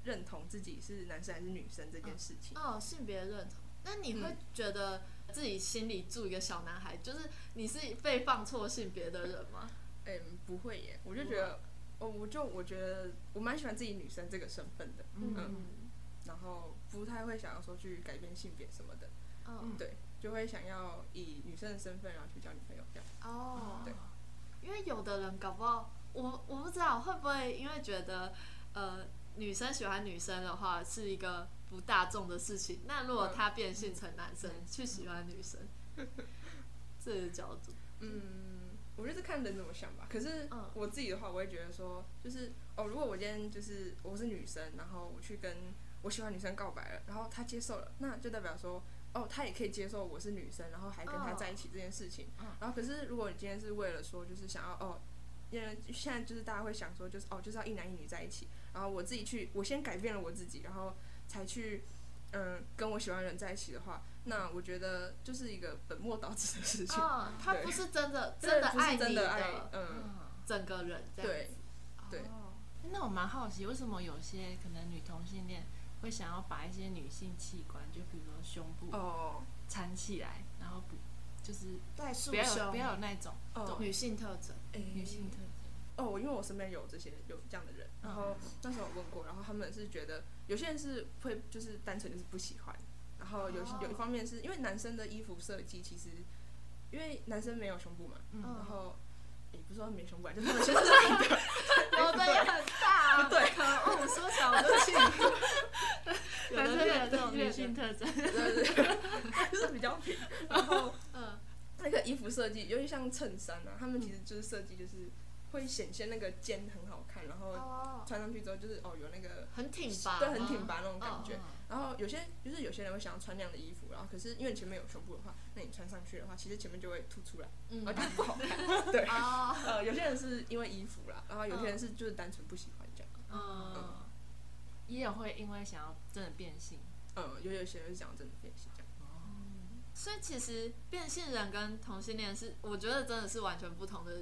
Speaker 3: 认同自己是男生还是女生这件事情，
Speaker 2: 哦，性别认同，那你会
Speaker 3: 嗯
Speaker 2: 觉得自己心里住一个小男孩，就是你是被放错性别的人吗？
Speaker 3: 嗯，不会耶，我就觉得，
Speaker 2: 啊
Speaker 3: 哦，我就我觉得我蛮喜欢自己女生这个身份的，
Speaker 1: 嗯，
Speaker 3: 然后不太会想要说去改变性别什么的，
Speaker 2: 嗯，
Speaker 3: 对，就会想要以女生的身份然后去交女朋友这样。
Speaker 2: 哦，
Speaker 3: 对
Speaker 2: 因为有的人搞不好，我我不知道会不会因为觉得，呃，女生喜欢女生的话是一个不大众的事情，那如果
Speaker 3: 嗯
Speaker 2: 他变性成男生、
Speaker 1: 嗯
Speaker 2: 去喜欢女生，这个角 度，
Speaker 3: 嗯，我觉得是看人怎么想吧。可是
Speaker 2: 嗯
Speaker 3: 我自己的话，我会觉得说，就是哦，如果我今天就是我是女生，然后我去跟我喜欢女生告白了，然后她接受了，那就代表说，哦，她也可以接受我是女生，然后还跟她
Speaker 2: 哦
Speaker 3: 在一起这件事情。
Speaker 1: 嗯
Speaker 3: 然后可是如果你今天是为了说，就是想要哦。因为现在就是大家会想说，就是哦，就是要一男一女在一起。然后我自己去，我先改变了我自己，然后才去，嗯，跟我喜欢的人在一起的话，那我觉得就是一个本末倒置的事情。
Speaker 2: 嗯，他
Speaker 3: 对
Speaker 2: 不是真的
Speaker 3: 真
Speaker 2: 的
Speaker 3: 的
Speaker 2: 爱
Speaker 3: 爱
Speaker 2: 你
Speaker 3: 真的爱，嗯，
Speaker 1: 嗯，
Speaker 2: 整个人这样
Speaker 3: 对
Speaker 2: 子，
Speaker 3: 对
Speaker 2: 哦
Speaker 1: 那我蛮好奇，为什么有些可能女同性恋会想要把一些女性器官，就比如说胸部
Speaker 3: 哦
Speaker 1: 缠起来，然后不就是
Speaker 2: 带
Speaker 1: 不要有不要有那种
Speaker 3: 哦，
Speaker 2: 女性特征，
Speaker 1: 女
Speaker 3: 女
Speaker 1: 性特征。
Speaker 3: 哦，因为我身边有这些有这样的人，然
Speaker 2: 嗯
Speaker 3: 后那时候我问过，然后他们是觉得有些人是会就是单纯就是不喜欢，然后有些
Speaker 2: 哦
Speaker 3: 有一方面是因为男生的衣服设计其实因为男生没有胸部嘛，
Speaker 1: 嗯
Speaker 3: 然后也不是说没胸部啊，就是他们胸部是 平的，
Speaker 2: 我的哦也很大、啊，
Speaker 3: 对
Speaker 2: 可恶，缩小不起，
Speaker 3: 嗯
Speaker 2: 有
Speaker 1: 男生有
Speaker 2: 的越
Speaker 1: 这种
Speaker 2: 越
Speaker 1: 女性特征，
Speaker 3: 对对对，就是比较平，然后。
Speaker 2: 嗯，
Speaker 3: 那个衣服设计，尤其像衬衫啊，他们其实就是设计就是会显现那个肩很好看，然后
Speaker 2: 哦，
Speaker 3: 穿上去之后就是哦有那个
Speaker 2: 很挺拔，哦
Speaker 3: 对很挺拔那种感觉。
Speaker 1: 嗯
Speaker 3: 然后有些就是有些人会想要穿那样的衣服，然后可是因为前面有胸部的话，那你穿上去的话，其实前面就会凸出来，
Speaker 2: 嗯，
Speaker 3: 然后就不好看。
Speaker 2: 哦，
Speaker 3: 呃，有些人是因为衣服啦，然后有些人是就是单纯不喜欢这样。
Speaker 2: 嗯，
Speaker 1: 也有会因为想要真的变性，
Speaker 3: 嗯，有有些人是想要真的变性这
Speaker 2: 啊
Speaker 3: 样。
Speaker 2: 所以其实变性人跟同性恋是，我觉得真的是完全不同的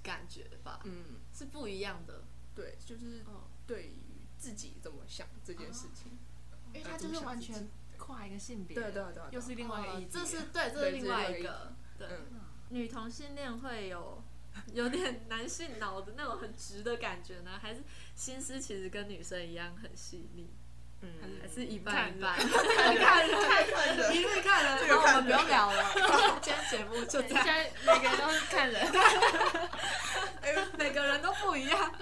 Speaker 2: 感觉吧，
Speaker 3: 嗯，
Speaker 2: 是不一样的。
Speaker 3: 对，就是
Speaker 2: 嗯，
Speaker 3: 对于自己怎么想这件事情。
Speaker 2: 哦
Speaker 1: 因为他就是完全跨一个性别，
Speaker 3: 对对对，对
Speaker 1: 又是另外一个议
Speaker 2: 哦
Speaker 1: 题，
Speaker 2: 这是对，这是
Speaker 3: 对
Speaker 2: 另外一
Speaker 3: 嗯这是另外一
Speaker 2: 个。对，
Speaker 3: 嗯
Speaker 1: 嗯
Speaker 2: 女同性恋会有有点男性脑的那种很直的感觉呢，还是心思其实跟女生一样很细腻，
Speaker 3: 嗯，
Speaker 2: 还是一半一半？
Speaker 3: 看人
Speaker 2: 看人
Speaker 3: 看看
Speaker 2: 一
Speaker 3: 人，
Speaker 2: 律看人，
Speaker 3: 这
Speaker 2: 那我
Speaker 3: 个
Speaker 2: 们
Speaker 3: 看人
Speaker 2: 不用聊了， 今天节目就这
Speaker 1: 现
Speaker 2: 样，
Speaker 1: 在每个人都是看人，
Speaker 2: 哎每个人都不一样。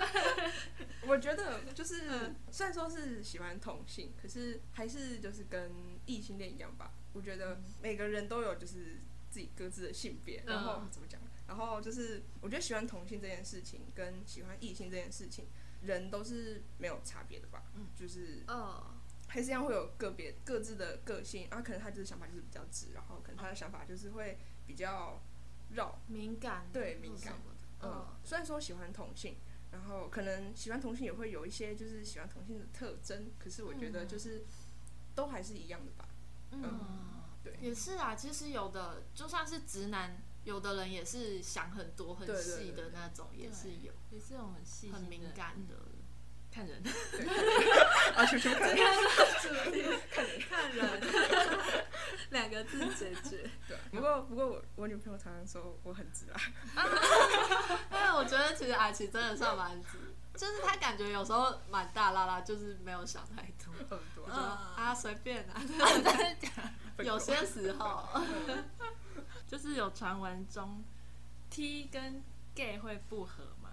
Speaker 3: 我觉得就是虽然说是喜欢同性，可是还是就是跟异性恋一样吧。我觉得每个人都有就是自己各自的性别，然后
Speaker 2: 嗯
Speaker 3: 怎么讲？然后就是我觉得喜欢同性这件事情跟喜欢异性这件事情，人都是没有差别的吧？
Speaker 1: 嗯，
Speaker 3: 就是
Speaker 2: 哦，
Speaker 3: 还是一样会有个别各自的个性，然后可能他就是想法就是比较直，然后可能他的想法就是会比较绕，
Speaker 1: 敏感，
Speaker 2: 嗯
Speaker 3: 对敏
Speaker 1: 什
Speaker 3: 感
Speaker 1: 么的，
Speaker 3: 嗯，
Speaker 2: 哦
Speaker 3: 虽然说喜欢同性，然后可能喜欢同性也会有一些就是喜欢同性的特征，可是我觉得
Speaker 1: 嗯
Speaker 3: 就是都还是一样的吧。
Speaker 1: 嗯，
Speaker 3: 对
Speaker 2: 也是啊。其实有的就算是直男，有的人也是想很多很
Speaker 3: 对对
Speaker 2: 细
Speaker 3: 对
Speaker 2: 的那种，也是有
Speaker 1: 也是我们细心的
Speaker 2: 很敏感的。嗯
Speaker 1: 看人，
Speaker 3: 啊，球球看，
Speaker 2: 看 人，两个字 解决。
Speaker 3: 对。啊不过不过我我女朋友常常说我很直啦，啊
Speaker 2: 因为我觉得其实阿奇真的算蛮直，就是他感觉有时候蛮大啦啦，就是没有想太多。
Speaker 3: 很多
Speaker 2: 嗯
Speaker 3: 啊，
Speaker 2: 啊，随便啊，
Speaker 1: 真的假的？
Speaker 3: 笨
Speaker 2: 有
Speaker 3: 狗
Speaker 2: 些时 候，
Speaker 1: 就是有传闻中 T 跟 gay 会不合吗？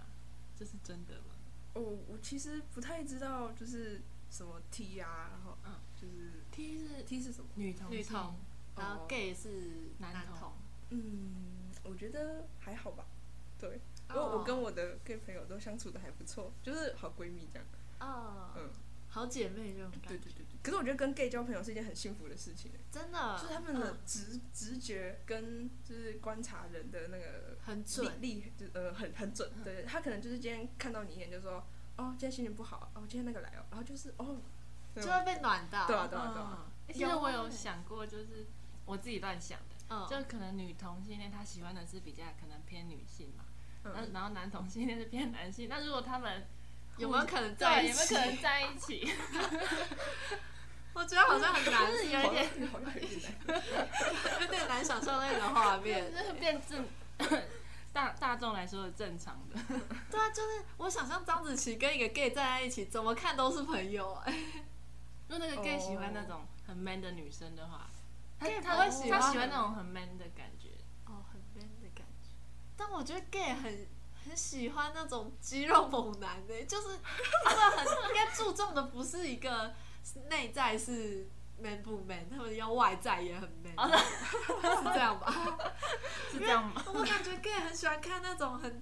Speaker 1: 这是真的吗？
Speaker 3: 我我其实不太知道就是什么 T 啊，然后
Speaker 1: 嗯
Speaker 3: 就是
Speaker 1: ，T 是
Speaker 3: T 是什么？
Speaker 1: 女同
Speaker 2: 女
Speaker 1: 性
Speaker 2: 同然后
Speaker 3: 哦
Speaker 2: gay 是男
Speaker 1: 男
Speaker 2: 同
Speaker 1: 同，
Speaker 3: 嗯，我觉得还好吧。对，
Speaker 2: 哦
Speaker 3: 因为我跟我的 gay 朋友都相处的还不错，就是好闺蜜这样。
Speaker 2: 哦
Speaker 3: 嗯，
Speaker 2: 好姐妹这种感觉，
Speaker 3: 对对。可是我觉得跟 gay 交朋友是一件很幸福的事情欸，
Speaker 2: 真的，
Speaker 3: 就是他们的
Speaker 2: 嗯
Speaker 3: 直、直觉跟就是观察人的那个
Speaker 2: 很
Speaker 3: 力
Speaker 2: 准，
Speaker 3: 力，就是呃很很准。对，他可能就是今天看到你一眼就说，哦，今天心情不好，哦，今天那个来哦，然后就是哦，对
Speaker 2: 就会被暖到。
Speaker 3: 对啊
Speaker 1: 嗯
Speaker 3: 对啊对啊，
Speaker 1: 欸其实我有
Speaker 2: 欸
Speaker 1: 想过，就是我自己乱想的，
Speaker 2: 嗯，
Speaker 1: 就可能女同性恋她喜欢的是比较可能偏女性嘛，那
Speaker 3: 嗯，
Speaker 1: 然后男同性恋是偏男性，那如果他们
Speaker 2: 有没有可能在
Speaker 1: 对
Speaker 2: 一
Speaker 1: 有没有
Speaker 2: 起
Speaker 1: 可？能在一起？
Speaker 2: 我觉得好像很 难，
Speaker 1: 就是有
Speaker 3: 好
Speaker 1: 一点
Speaker 3: 像 好像有点难。
Speaker 2: 有点难想象那种画面。
Speaker 1: 就是 变正 大大众来说的正常的，
Speaker 2: 对啊，就是我想象章子琪跟一个 gay 站在一起，怎么看都是朋友哎、
Speaker 1: 如果那个 gay 喜欢那
Speaker 3: 哦
Speaker 1: 种很 man 的女生的话，他
Speaker 2: gay
Speaker 1: 他
Speaker 2: 不会喜欢
Speaker 1: 他喜
Speaker 2: 很
Speaker 1: 欢那种很 man 的感觉。
Speaker 2: 哦，很 man 的感觉。但我觉得 gay 很很喜欢那种肌肉猛男的、就是他们很应该注重的不是一个内在是 man 不 man，他们要外在也很 man，、
Speaker 1: 哦
Speaker 2: 是这样 吧？
Speaker 1: 是这样吗？
Speaker 2: 我感觉 gay 很喜欢看那种很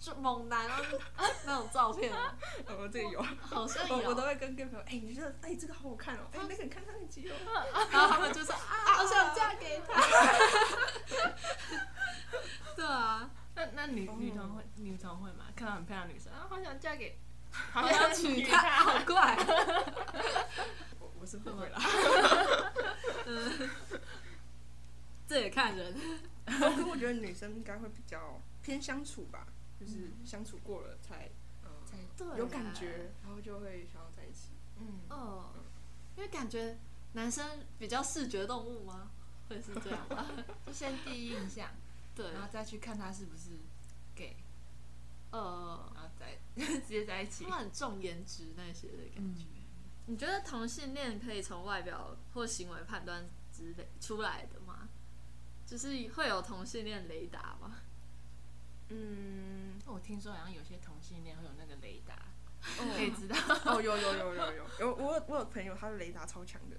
Speaker 2: 就猛男啊那种照片，啊
Speaker 3: 哦我这个有，
Speaker 2: 好像有，
Speaker 3: 我我都会跟 gay 朋友，哎，你这个哎这个好好看哦，哎那个你看他那个肌肉，
Speaker 2: 然后他们就说啊，好想嫁给他。 对啊，
Speaker 1: 那那女
Speaker 3: 哦
Speaker 1: 女同会女同会嘛？看到很漂亮的女生啊，好想嫁 给，好
Speaker 2: 好想娶她，好怪。
Speaker 3: 我我是不会啦。
Speaker 2: 嗯，这也看人。
Speaker 3: 可是我觉得女生应该会比较偏相处吧，就是相处过了才、
Speaker 1: 才
Speaker 3: 嗯、
Speaker 2: 对啊
Speaker 3: 有感觉，然后就会想要在一起。
Speaker 1: 嗯，
Speaker 2: 哦，因为感觉男生比较视觉动物吗？会是这样吧？
Speaker 1: 就先第一印象，
Speaker 2: 对，
Speaker 1: 然后再去看他是不是 gay，
Speaker 2: 呃，
Speaker 1: 然后再 直接在一起
Speaker 2: 他。们很重颜值那些的感觉。
Speaker 1: 嗯
Speaker 2: 你觉得同性恋可以从外表或行为判断之类出来的吗？就是会有同性恋雷达吗？
Speaker 3: 嗯，
Speaker 1: 我听说好像有些同性恋会有那个雷达，可以
Speaker 3: 哦，
Speaker 1: 知道。
Speaker 3: 哦有有有有有 有，我有我有朋友他的雷达超强的，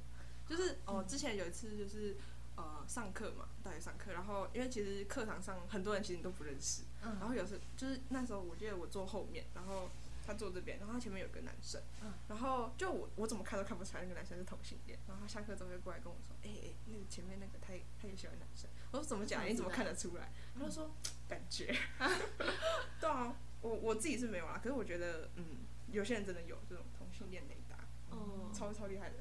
Speaker 3: 就是
Speaker 2: 嗯
Speaker 3: 哦，之前有一次就是呃上课嘛，大学上课，然后因为其实课堂上很多人其实都不认识，
Speaker 1: 嗯
Speaker 3: 然后有时就是那时候我记得我坐后面，然后他坐这边，然后他前面有个男生，
Speaker 1: 嗯
Speaker 3: 然后就我我怎么看都看不出来那个男生是同性恋，然后他下课之后就过来跟我说，哎、哎、那个前面那个他也他也喜欢男生，我说怎么讲，
Speaker 2: 嗯
Speaker 3: 你怎么看得出来？他就说感觉，对啊，我我自己是没有啦，可是我觉得嗯，有些人真的有这种同性恋雷达，
Speaker 2: 哦
Speaker 3: 超超厉害的，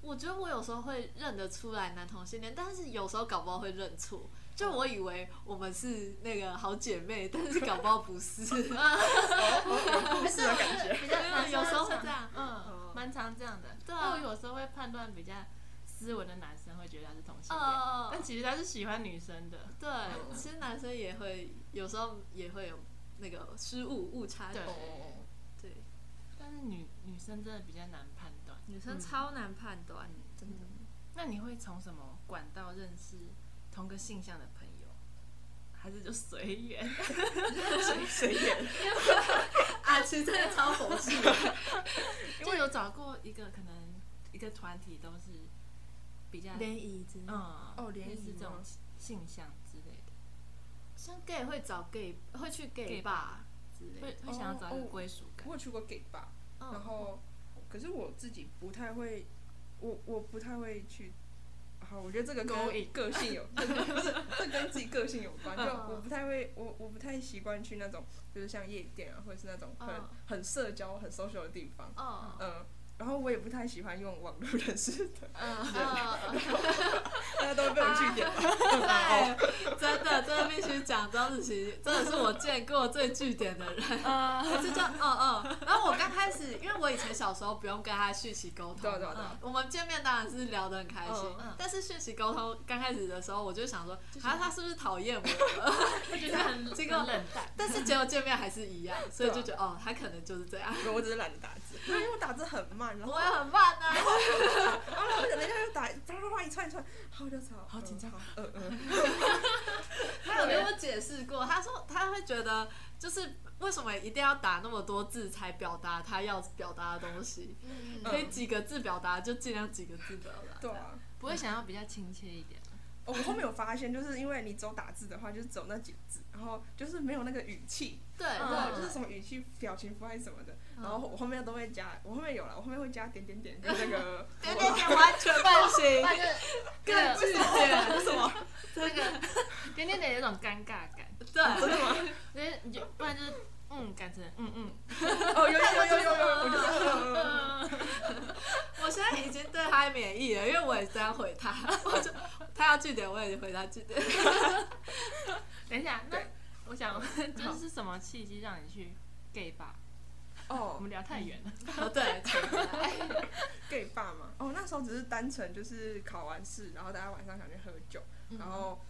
Speaker 2: 我觉得我有时候会认得出来男同性恋，但是有时候搞不好会认错。就我以为我们是那个好姐妹，但是搞不好不是。
Speaker 3: 有故事的感觉。
Speaker 1: 比较
Speaker 2: 没有有时候会这样
Speaker 1: 嗯
Speaker 3: 哦，
Speaker 1: 蛮常这样的。
Speaker 2: 对啊
Speaker 1: 那我有时候会判断比较斯文的男生会觉得他是同性恋，
Speaker 2: 哦，
Speaker 1: 但其实他是喜欢女生的。
Speaker 2: 对，其实男生也会有时候也会有那个失误误差。
Speaker 1: 对
Speaker 2: 哦对，
Speaker 1: 但是女女生真的比较难判断。
Speaker 2: 女生超难判断，真的。
Speaker 1: 那你会从什么管道认识同个性向的朋友？还是就随缘？
Speaker 3: 谁谁演？
Speaker 2: 啊，其实真的超佛 系。
Speaker 1: 就有找过一个可能一个团体都是比较
Speaker 2: 联谊之嗯，
Speaker 1: 嗯
Speaker 3: 哦联谊
Speaker 1: 类似这种
Speaker 3: 吗
Speaker 1: 性向之类的，
Speaker 2: 像 gay 会找 gay，会去 gay
Speaker 1: gay
Speaker 2: bar 之类
Speaker 1: 会
Speaker 2: 的。
Speaker 1: 会想要找一个
Speaker 3: 哦
Speaker 1: 归属感。
Speaker 3: 我有去过 gay 吧，
Speaker 2: 嗯
Speaker 3: 然后可是我自己不太会，我我不太会去。好，我觉得这个
Speaker 1: 勾
Speaker 3: 跟
Speaker 1: 引
Speaker 3: 个性有，这个不是这跟自己个性有关。就
Speaker 2: 嗯
Speaker 3: 我不太会，我我不太习惯去那种，就是像夜店啊，或者是那种很、
Speaker 2: 嗯
Speaker 3: 很社交、很 social 的地方。
Speaker 2: 哦
Speaker 3: 嗯，然后我也不太喜欢用网络认识的，
Speaker 2: 嗯嗯，
Speaker 3: 大家都会被我拒绝。
Speaker 2: 对，真的真的必须讲张子琪，真的是我见过最据点的人。
Speaker 1: 呃，
Speaker 2: 这叫嗯嗯。然后我刚开始，因为我以前小时候不用跟他讯息沟通
Speaker 3: 对
Speaker 2: 嘛，
Speaker 3: 啊对啊对啊
Speaker 2: 我们见面当然是聊得很开心
Speaker 3: 嗯，
Speaker 1: 嗯
Speaker 2: 但是讯息沟通刚开始的时候，我就想说，
Speaker 1: 是
Speaker 2: 啊，他是不是讨厌我了？
Speaker 1: 我觉得很
Speaker 2: 这个
Speaker 1: 很冷淡。
Speaker 2: 但是结果见面还是一样，所以
Speaker 3: 对
Speaker 2: 就
Speaker 3: 啊
Speaker 2: 觉得哦，他可能就是这样。
Speaker 3: 我只是懒得打字，因为我打字很慢，然后
Speaker 2: 我也很慢啊，
Speaker 3: 然后人家又打啪啪啪一串一串，好就吵，
Speaker 1: 好紧张
Speaker 3: 嗯，嗯嗯，
Speaker 2: 他有跟我解释过，他说他会觉得就是为什么一定要打那么多字才表达他要表达的东西，
Speaker 3: 嗯
Speaker 2: 可以几个字表达就尽量几个字表达。
Speaker 3: 对啊。
Speaker 1: 不会想要比较亲切一点吗？
Speaker 3: 哦我后面有发现，就是因为你走打字的话，就是走那几个字，然后就是没有那个语气，
Speaker 2: 对
Speaker 1: 嗯
Speaker 3: 对，
Speaker 2: 对，
Speaker 3: 就
Speaker 2: 就是是
Speaker 3: 什么语气、表情符号什么的。然后我后面都会加，我后面有了，我后面会加点点点跟那 个
Speaker 2: 有点点完全不行。
Speaker 1: 那就
Speaker 2: 更
Speaker 1: 那
Speaker 2: 据点，
Speaker 3: 哦什 么，
Speaker 1: 个那个点点点有种尴尬感，
Speaker 2: 对，
Speaker 1: 那你就不然就是嗯改成嗯嗯
Speaker 3: 哦，有有有有有，我就是嗯嗯嗯
Speaker 2: 我现在已经对他免疫了，因为我也这样回他，我就他要据点，我也回他据点。
Speaker 1: 等一下，那
Speaker 3: 对
Speaker 1: 我想问，就是什么契机让你去 gay 吧？我
Speaker 3: 哦
Speaker 1: 们聊太远了。
Speaker 2: 哦，对，请回来
Speaker 3: ，gay 爸嘛，哦，那时候只是单纯就是考完试，然后大家晚上想去喝酒，然后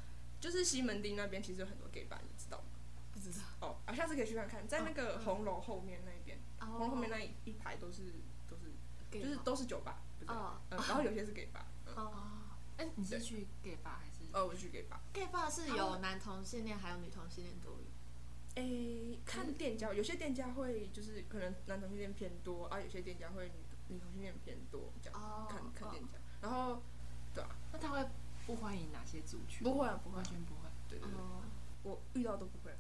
Speaker 3: 就是西门町那边其实有很多 gay 爸，你知道吗？
Speaker 2: 不知道。
Speaker 3: 哦，啊，下次可以去看看，在那个红楼后面那边，
Speaker 2: 哦
Speaker 3: 红楼后面那一一排都是都是
Speaker 2: 给
Speaker 3: 就是
Speaker 2: 吧
Speaker 3: 都是酒吧，不是？
Speaker 2: 哦
Speaker 3: 嗯，然后有些是 gay 吧，嗯，
Speaker 2: 哦
Speaker 1: 哎，你是去 gay 吧还是？
Speaker 3: 哦，我去 gay 吧。
Speaker 2: ，gay bar 是有男同性恋还有女同性恋多一
Speaker 3: 诶，看店家，有些店家会就是可能男同性恋偏多啊，有些店家会女女同性恋偏多，这样
Speaker 2: 哦
Speaker 3: 看看
Speaker 2: 哦
Speaker 3: 店家。然后，
Speaker 1: 那他会不欢迎哪些族群？
Speaker 3: 不会啊不会啊
Speaker 1: 完全不会。
Speaker 3: 对对对，
Speaker 2: 哦，
Speaker 3: 我遇到都不会。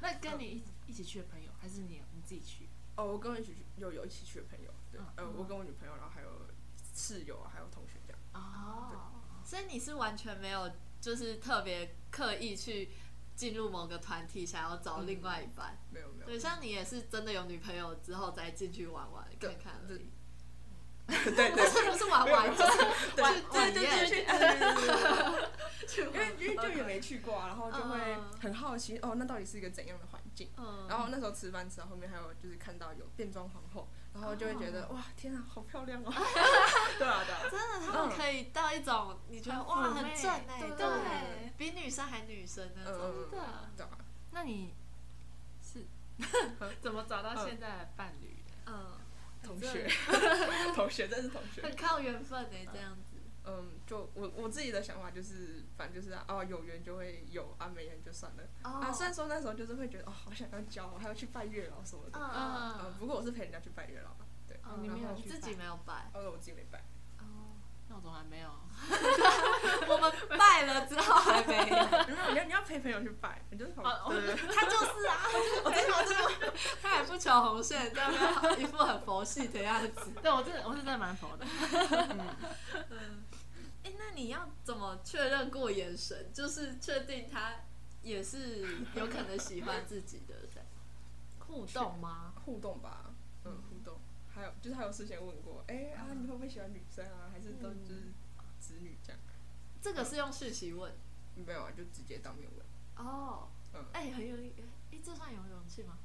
Speaker 1: 那跟你一一起去的朋友，还是你你自己去？
Speaker 3: 哦，我跟我一起去有有一起去的朋友，对
Speaker 1: 嗯，
Speaker 3: 呃，
Speaker 1: 嗯
Speaker 3: 我跟我女朋友，然后还有室友啊，还有同学这样。
Speaker 2: 哦，所以你是完全没有就是特别刻意去进入某个团体，想要找另外一半。
Speaker 3: 没有没有，
Speaker 2: 对，像你也是真的有女朋友之后再进去玩玩
Speaker 3: 对
Speaker 2: 看看而
Speaker 3: 对
Speaker 2: 已。
Speaker 3: 对对
Speaker 2: 不是不是玩玩，就是玩
Speaker 3: 对对
Speaker 2: 玩
Speaker 3: 对
Speaker 2: 宴，
Speaker 3: 对对对。
Speaker 2: 去
Speaker 3: 因为因为就也
Speaker 2: OK
Speaker 3: 没去过啊，然后就会很好奇哦，那到底是一个怎样的环境？
Speaker 2: 嗯，
Speaker 3: 然后那时候吃饭吃到后面，还有就是看到有变装皇后，然后就会觉得、
Speaker 1: 哦
Speaker 3: 哇，天啊，好 漂亮哦！对啊，对啊，
Speaker 2: 真的他们可以到一种你觉得哇
Speaker 1: 很妩媚
Speaker 2: 很正哎，
Speaker 1: 对
Speaker 2: 对，比女生还女生那种，
Speaker 3: 嗯，
Speaker 1: 的。
Speaker 3: 对啊，
Speaker 1: 那你是 怎么找到现在的伴侣的？
Speaker 2: 嗯，
Speaker 3: 同学，同学，真是同学。
Speaker 2: 很靠缘分哎，这样子。
Speaker 3: 嗯，就我我自己的想法就是，反正就是啊，哦，有缘就会有，啊，没缘就算了。啊，
Speaker 2: 哦，
Speaker 3: 虽然说那时候就是会觉得哦，好想要交，还要去拜月老什么的。
Speaker 2: 嗯，
Speaker 3: 嗯，
Speaker 1: 嗯，
Speaker 3: 不过我是陪人家去拜月老嘛，对。
Speaker 2: 嗯
Speaker 1: 哦你没有
Speaker 2: 然后
Speaker 1: 去
Speaker 2: 自己
Speaker 1: 拜
Speaker 2: 没有拜
Speaker 3: 哦，我自己没拜。
Speaker 2: 哦，
Speaker 1: 那我从来没有。
Speaker 2: 我们拜了之后还没有，
Speaker 3: 没有，你要你要陪朋友去拜，你就是好。
Speaker 1: 哦
Speaker 3: 对对对
Speaker 2: 他就是啊， 我真的我真的，他也不求红线，在那边一副很佛系的样 子。
Speaker 1: 对我真的我是真的蛮佛的。
Speaker 2: 嗯，哎、那你要怎么确认过眼神？就是确定他也是有可能喜欢自己的 这样互动吗？
Speaker 3: 互动吧，嗯，互动。还有就是还有事先问过，哎、啊，你会不会喜欢女生啊？还是都就是子女这样？啊
Speaker 2: 这个是用讯息问
Speaker 3: 没有啊，就直接当面问。
Speaker 2: 哦。
Speaker 3: 嗯
Speaker 2: 哎、很有，哎、这算有勇气吗？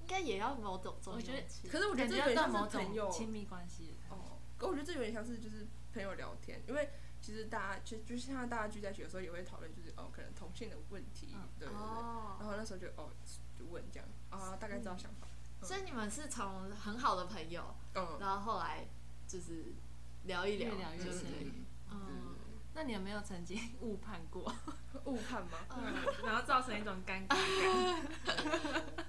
Speaker 2: 应该也要某种种
Speaker 1: 我觉得
Speaker 2: 勇气
Speaker 3: 可是我觉得
Speaker 1: 感
Speaker 3: 这
Speaker 1: 觉
Speaker 3: 有点
Speaker 1: 要到
Speaker 3: 像
Speaker 1: 某
Speaker 3: 是朋友
Speaker 1: 种亲密关系的时候。
Speaker 3: 哦，可我觉得这有点像是就是朋友聊天，因为其实大家就就是现在大家聚在一起的时候也会讨论，就是哦可能同性的问题，
Speaker 1: 嗯
Speaker 3: 对对对。然
Speaker 2: 哦，
Speaker 3: 后那时候就哦就问这样啊，大概知道想法，
Speaker 2: 所以你们是从很好的朋友，
Speaker 3: 嗯，
Speaker 2: 然后后来就是聊一聊，
Speaker 1: 越聊越
Speaker 2: 就是
Speaker 1: 深
Speaker 2: 对嗯
Speaker 3: 哦
Speaker 1: 那你有没有曾经 误判过，
Speaker 3: 误判吗？
Speaker 2: 嗯，
Speaker 1: 然后造成一种尴尬感？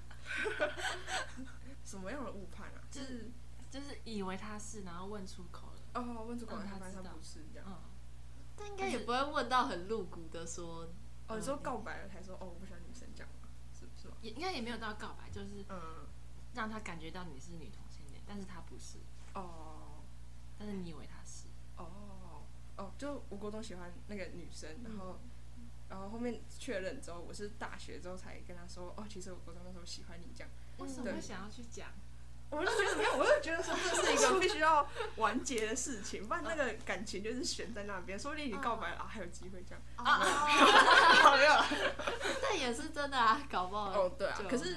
Speaker 3: 什么样的误判啊？
Speaker 1: 就是 就是以为他是，然后问出口了。
Speaker 3: 哦，问主管
Speaker 1: 让他
Speaker 3: 他发现
Speaker 1: 知
Speaker 3: 他
Speaker 1: 道
Speaker 3: 不是这样。
Speaker 1: 嗯，
Speaker 2: 但应该也不会问到很露骨的说，
Speaker 3: 哦，你说告白了才说哦我不喜欢女生这样吗？是是吗？
Speaker 1: 也应该也没有到告白，就是
Speaker 3: 嗯，
Speaker 1: 让他感觉到你是女同性恋，但是他不是，
Speaker 3: 哦
Speaker 1: 但是你以为他是。
Speaker 3: 哦哦，就我国中喜欢那个女生，然
Speaker 2: 嗯
Speaker 3: 后。然后后面确认之后，我是大学之后才跟他说，哦，其实我国中那时候喜欢你这样。
Speaker 1: 为
Speaker 2: 嗯
Speaker 1: 什么会想要去讲？
Speaker 3: 我就觉得没有，我就觉得说这是一个必须要完结的事情，不然那个感情就是悬在那边，说不定你告白了、啊、还有机会这样。
Speaker 2: 啊，
Speaker 3: 没有啦，
Speaker 2: 但也是真的啊，搞不好
Speaker 3: 哦对啊
Speaker 2: 就
Speaker 3: 可是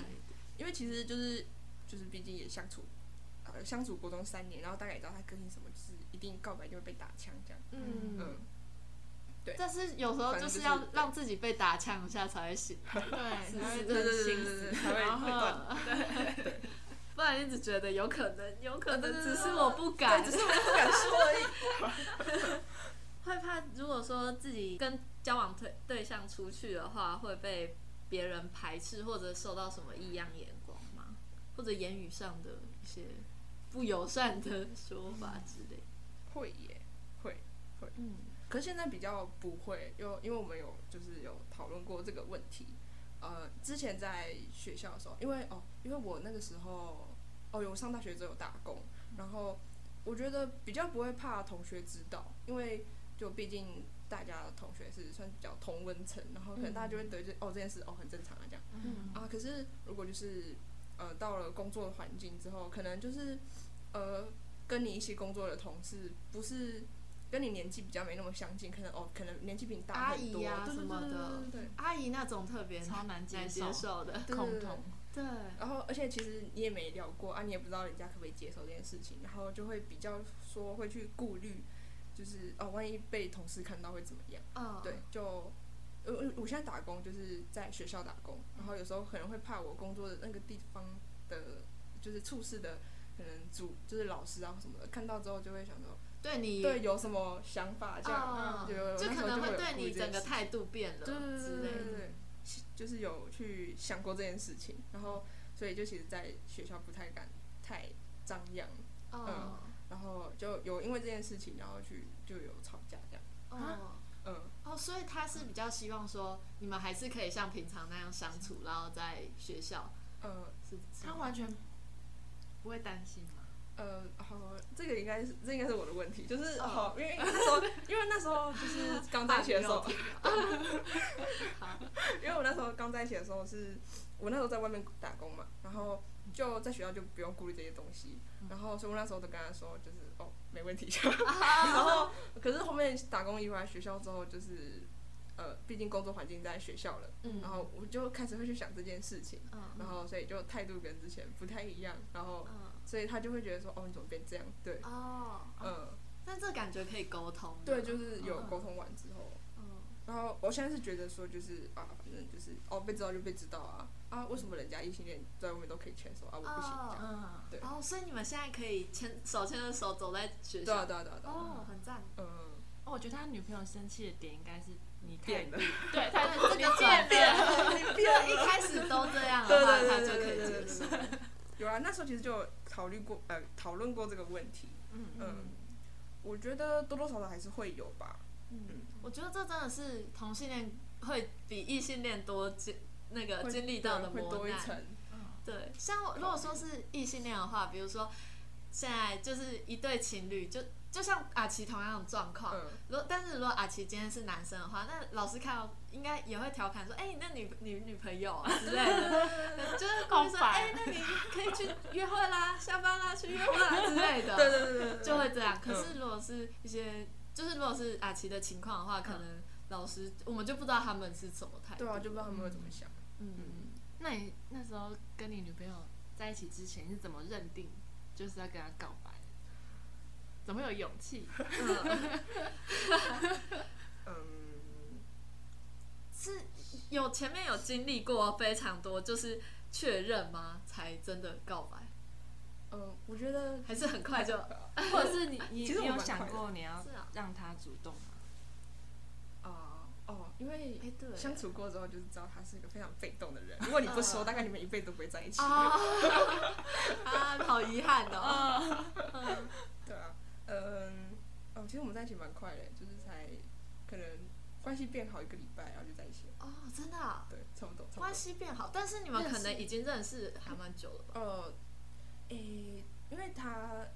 Speaker 3: 因为其实就是就是毕竟也相处，呃相处国中三年，然后大概也知道他个性什么，就是一定告白就会被打枪这样。
Speaker 2: 嗯
Speaker 3: 嗯，
Speaker 2: 但是有时候就是
Speaker 3: 反正
Speaker 2: 要
Speaker 3: 就是
Speaker 2: 让自己被打呛一下才会醒，
Speaker 1: 对，
Speaker 2: 是
Speaker 1: 他
Speaker 2: 是
Speaker 1: 会
Speaker 3: 对对
Speaker 1: 真
Speaker 3: 对对
Speaker 1: 心
Speaker 3: 对
Speaker 1: 思
Speaker 3: 对，才会
Speaker 2: 然
Speaker 3: 会断。
Speaker 2: 后不然一直觉得有可能，有可
Speaker 3: 对
Speaker 2: 能，
Speaker 3: 对
Speaker 2: 只
Speaker 3: 对
Speaker 2: 是
Speaker 3: 对
Speaker 2: 我不敢
Speaker 3: 对，只。是我不敢说而已。
Speaker 2: 会怕如果说自己跟交往对对象出去的话，会被别人排斥或者受到什么异样眼光吗？或者言语上的一些不友善的说法之类？
Speaker 3: 会耶，会。
Speaker 2: 嗯，
Speaker 3: 可是现在比较不会，又因为我们有就是有讨论过这个问题。呃，之前在学校的时候，因为哦，因为我那个时候哦，有上大学之后有打工，然后我觉得比较不会怕同学知道，因为就毕竟大家的同学是算比较同温层，然后可能大家就会得知、哦这件事哦很正常啊这样。
Speaker 1: 嗯
Speaker 3: 啊，可是如果就是呃到了工作环境之后，可能就是呃跟你一起工作的同事不是跟你年纪比较没那么相近，可能哦可能年纪比你大
Speaker 2: 阿
Speaker 3: 很多，
Speaker 2: 姨啊呀、
Speaker 3: 对
Speaker 2: 什
Speaker 3: 对
Speaker 2: 么
Speaker 3: 对
Speaker 2: 的
Speaker 3: 对对对，
Speaker 2: 阿姨那种特别
Speaker 1: 超难接
Speaker 2: 难
Speaker 1: 受
Speaker 2: 接，受的，
Speaker 3: 对
Speaker 1: 恐同。
Speaker 2: 对，
Speaker 3: 然后而且其实你也没聊过啊，你也不知道人家可不可以接受这件事情，然后就会比较说会去顾虑，就是哦万一被同事看到会怎么样。
Speaker 2: 嗯，
Speaker 3: 对，就呃我我现在打工就是在学校打工，然后有时候可能会怕我工作的那个地方的，就是处事的可能主就是老师啊或什么的，看到之后就会想说，
Speaker 2: 对你，
Speaker 3: 对，有什么想法这
Speaker 2: 嗯
Speaker 3: 样，有有
Speaker 2: 就
Speaker 3: 那时
Speaker 2: 可
Speaker 3: 候
Speaker 2: 能
Speaker 3: 就
Speaker 2: 会
Speaker 3: 有
Speaker 2: 对
Speaker 3: 顾
Speaker 2: 你
Speaker 3: 虑这
Speaker 2: 整
Speaker 3: 件
Speaker 2: 个
Speaker 3: 事
Speaker 2: 态度变了
Speaker 3: 对对
Speaker 2: 之
Speaker 3: 对
Speaker 2: 类
Speaker 3: 对
Speaker 2: 的
Speaker 3: 对，对，就是有去想过这件事情，然后所以就其实在学校不太敢太张扬，
Speaker 2: 哦
Speaker 3: 然后就有因为这件事情，然后去就有吵架这样，
Speaker 2: 哦。
Speaker 3: 嗯。
Speaker 2: 哦，所以他是比较希望说，你们还是可以像平常那样相处，然后在学校
Speaker 3: 呃
Speaker 2: 是是
Speaker 1: 他
Speaker 2: 吗
Speaker 1: 完全不会担心吗？
Speaker 3: 呃，好，这个应该是这应该是我的问题，就是
Speaker 2: 哦
Speaker 3: 好，因为那时候，因为那时候 就是刚在一起的时候，
Speaker 2: 好，
Speaker 3: 因为我那时候刚在一起的时候是，我那时候在外面打工嘛，然后就在学校就不用顾虑这些东西，
Speaker 2: 嗯
Speaker 3: 然后所以我那时候都跟他说，就是哦，没问 题，然后可是后面打工一回来学校之后，就是呃，毕竟工作环境在学校了，
Speaker 2: 嗯
Speaker 3: 然后我就开始会去想这件事情，
Speaker 2: 嗯
Speaker 3: 然后所以就态度跟之前不太一样，然后
Speaker 2: 嗯
Speaker 3: 所以他就会觉得说，哦，你怎么变这样？对，
Speaker 2: 哦，
Speaker 3: 嗯。
Speaker 2: 那这感觉可以沟通的，
Speaker 3: 对，就是有沟通完之后，
Speaker 2: 嗯
Speaker 3: 然后我现在是觉得说，就是啊，反正就是哦，被知道就被知道啊啊，为什么人家异性恋在外面都可以牵手啊，我不行这样？
Speaker 1: 嗯，
Speaker 3: 对
Speaker 2: 哦，所以你们现在可以牵手牵着手走在学
Speaker 3: 对啊，
Speaker 2: 校，
Speaker 3: 对啊，对啊，对啊，
Speaker 2: 哦，很赞，
Speaker 3: 嗯，
Speaker 1: 哦，我觉得他女朋友生气的点应该是你太
Speaker 3: 变的，
Speaker 1: 对，他
Speaker 2: 对这个转变，对一开始都这样
Speaker 3: 对
Speaker 2: 的话，
Speaker 3: 对
Speaker 2: 他
Speaker 3: 对
Speaker 2: 就可
Speaker 3: 对
Speaker 2: 以
Speaker 3: 对
Speaker 2: 接
Speaker 3: 对
Speaker 2: 受，
Speaker 3: 有啊，那时候其实就有考虑过，呃，讨论过这个问题，
Speaker 1: 嗯
Speaker 3: 嗯，我觉得多多少少还是会有吧，
Speaker 2: 嗯，我觉得这真的是同性恋会比异性恋多经那个
Speaker 3: 会
Speaker 2: 呃经历到
Speaker 3: 对
Speaker 2: 的
Speaker 3: 会
Speaker 2: 磨
Speaker 3: 多一
Speaker 2: 难，
Speaker 3: 层，
Speaker 1: 嗯
Speaker 2: 对，像我如果说是异性恋的话，比如说现在就是一对情侣，就就像阿奇同样的状况。
Speaker 3: 嗯，
Speaker 2: 如果但是如果阿奇今天是男生的话，那老师看到应该也会调侃说：“哎、你那女女女朋友啊之类的，就是故意说：
Speaker 1: 好烦
Speaker 2: 哎、那你可以去约会啦，下班啦，去约会啦之类的。”
Speaker 3: 对对对对，对
Speaker 2: 就会这样。可
Speaker 3: 嗯
Speaker 2: 是如果是一些，就是如果是阿奇的情况的话，可能老师我们就不知道他们是什么态度。
Speaker 3: 对啊，就不知道他们会怎么想，
Speaker 2: 嗯，
Speaker 1: 那你那时候跟你女朋友在一起之前，你是怎么认定就是要跟她告白？怎么会有勇 气？
Speaker 3: 嗯，
Speaker 2: 是有前面有经历过非常多，就是确认吗？才真的告白，
Speaker 3: 呃，我觉得
Speaker 2: 还是很快就？
Speaker 3: 哎
Speaker 1: 或者是你你
Speaker 3: 其实
Speaker 1: 你
Speaker 3: 我
Speaker 1: 有
Speaker 3: 蛮
Speaker 1: 想
Speaker 3: 快的
Speaker 1: 过你要
Speaker 2: 是啊
Speaker 1: 让他主动吗？
Speaker 3: 啊、哦，因为
Speaker 2: 哎对
Speaker 3: 相处过之后就知道他是一个非常被动的人。如果你不说，大概你们一辈子都不会在一起。
Speaker 2: 嗯啊啊，好遗憾哦。 嗯
Speaker 3: 对啊，嗯，哦，其实我们在一起蛮快的，就是才可能关系变好一个礼拜，然后就在一起了。
Speaker 2: 哦，真的啊，
Speaker 3: 对，差不多，差不
Speaker 2: 关
Speaker 3: 多。
Speaker 2: 系变好，但是你们可能已经认识还蛮久了吧？
Speaker 3: 呃，诶、因为他，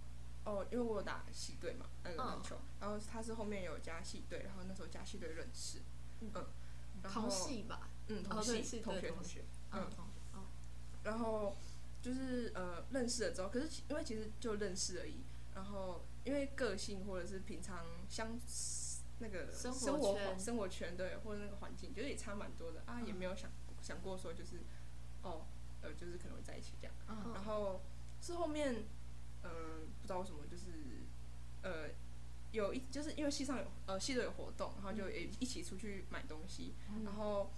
Speaker 3: 哦，因为我有打系队嘛，那
Speaker 2: 嗯
Speaker 3: 个篮球，然后他是后面有加系队，然后那时候加系队认识，
Speaker 2: 嗯
Speaker 3: 嗯，然后
Speaker 2: 同，系吧？
Speaker 3: 嗯，
Speaker 2: 哦
Speaker 3: 同
Speaker 2: 对
Speaker 3: 系，
Speaker 2: 系队
Speaker 3: 同学，
Speaker 2: 同
Speaker 3: 同
Speaker 2: 学
Speaker 3: 学，嗯
Speaker 2: 嗯，同学。哦
Speaker 3: 然后就是呃认识了之后，可是其因为其实就认识而已，然后因为个性或者是平常相那个
Speaker 2: 生活
Speaker 3: 生活
Speaker 2: 圈
Speaker 3: 环生活圈对，或者那个环境，就是也差蛮多的啊，也没有想想过说就是哦呃就是可能会在一起这样，
Speaker 1: 嗯
Speaker 2: 嗯
Speaker 3: 然后是后面嗯、不知道为什么就是呃。有一就是因为系上有呃系队有活动，然后就也一起出去买东西，然后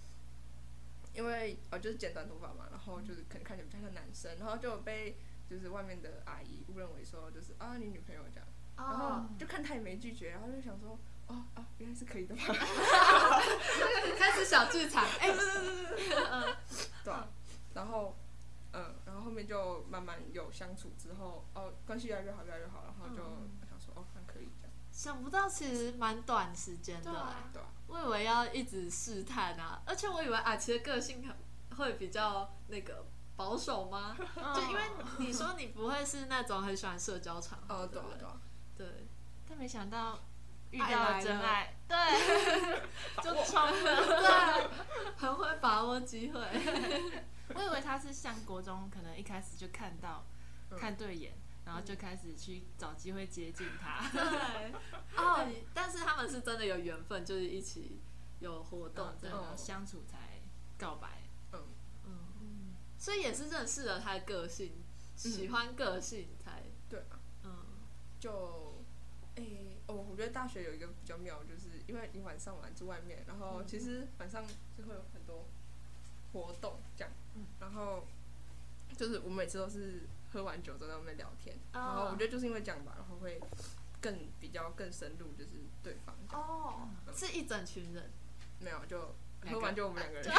Speaker 3: 因为呃就是剪短头发嘛，然后就是可能看起来比较像男生，然后就有被就是外面的阿姨误认为说就是啊你女朋友这样，然后
Speaker 2: 哦，
Speaker 3: 就看他也没拒绝，然后就想说哦啊原来是可以的嘛，
Speaker 2: 开始小剧场， 哎，嗯
Speaker 3: 对、啊，然后嗯然后后面就慢慢有相处之后哦关系越来越好越来越好，然后就想说哦那可以这样，
Speaker 2: 想不到其实蛮短时间的
Speaker 1: 对
Speaker 2: 哎
Speaker 1: 啊。
Speaker 3: 对啊，
Speaker 2: 我以为要一直试探啊，而且我以为阿奇的个性会比较那个保守吗？ 哦嗯就因
Speaker 1: 哦
Speaker 2: 为你说你不会是那种很喜欢社交场合
Speaker 3: 哦
Speaker 2: 的
Speaker 3: 对啊
Speaker 2: 人
Speaker 3: 对啊，
Speaker 2: 对，
Speaker 1: 但没想到遇
Speaker 2: 爱
Speaker 1: 到
Speaker 2: 来
Speaker 1: 真
Speaker 2: 了
Speaker 1: 爱，对，就冲了。
Speaker 2: 对，很会把握机会。
Speaker 1: 我以为他是像国中，可能一开始就看到
Speaker 3: 嗯
Speaker 1: 看对眼，然后就开始去找机会接近
Speaker 2: 嗯
Speaker 1: 他，
Speaker 2: 对，哦，但是他们是真的有缘分，就是一起有活动
Speaker 1: 懂
Speaker 2: 这
Speaker 1: 对，
Speaker 2: 样，
Speaker 1: 然后相处才告白。
Speaker 3: 嗯
Speaker 2: 嗯，所以也是认识了他的个性，喜欢个性才，
Speaker 3: 对啊。
Speaker 2: 嗯，
Speaker 3: 就，诶、哦，我觉得大学有一个比较妙，就是因为你晚上嘛住外面，然后其实晚上就会有很多活动这样，
Speaker 1: 嗯
Speaker 3: 然后就是我每次都是喝完酒之后在外面聊天，然后
Speaker 2: 哦
Speaker 3: 我觉得就是因为这样吧，然后会更比较更深入，就是对方这 样
Speaker 2: 哦，是一整群人。
Speaker 3: 没有就
Speaker 1: 两个
Speaker 3: 喝完就我们两个 人，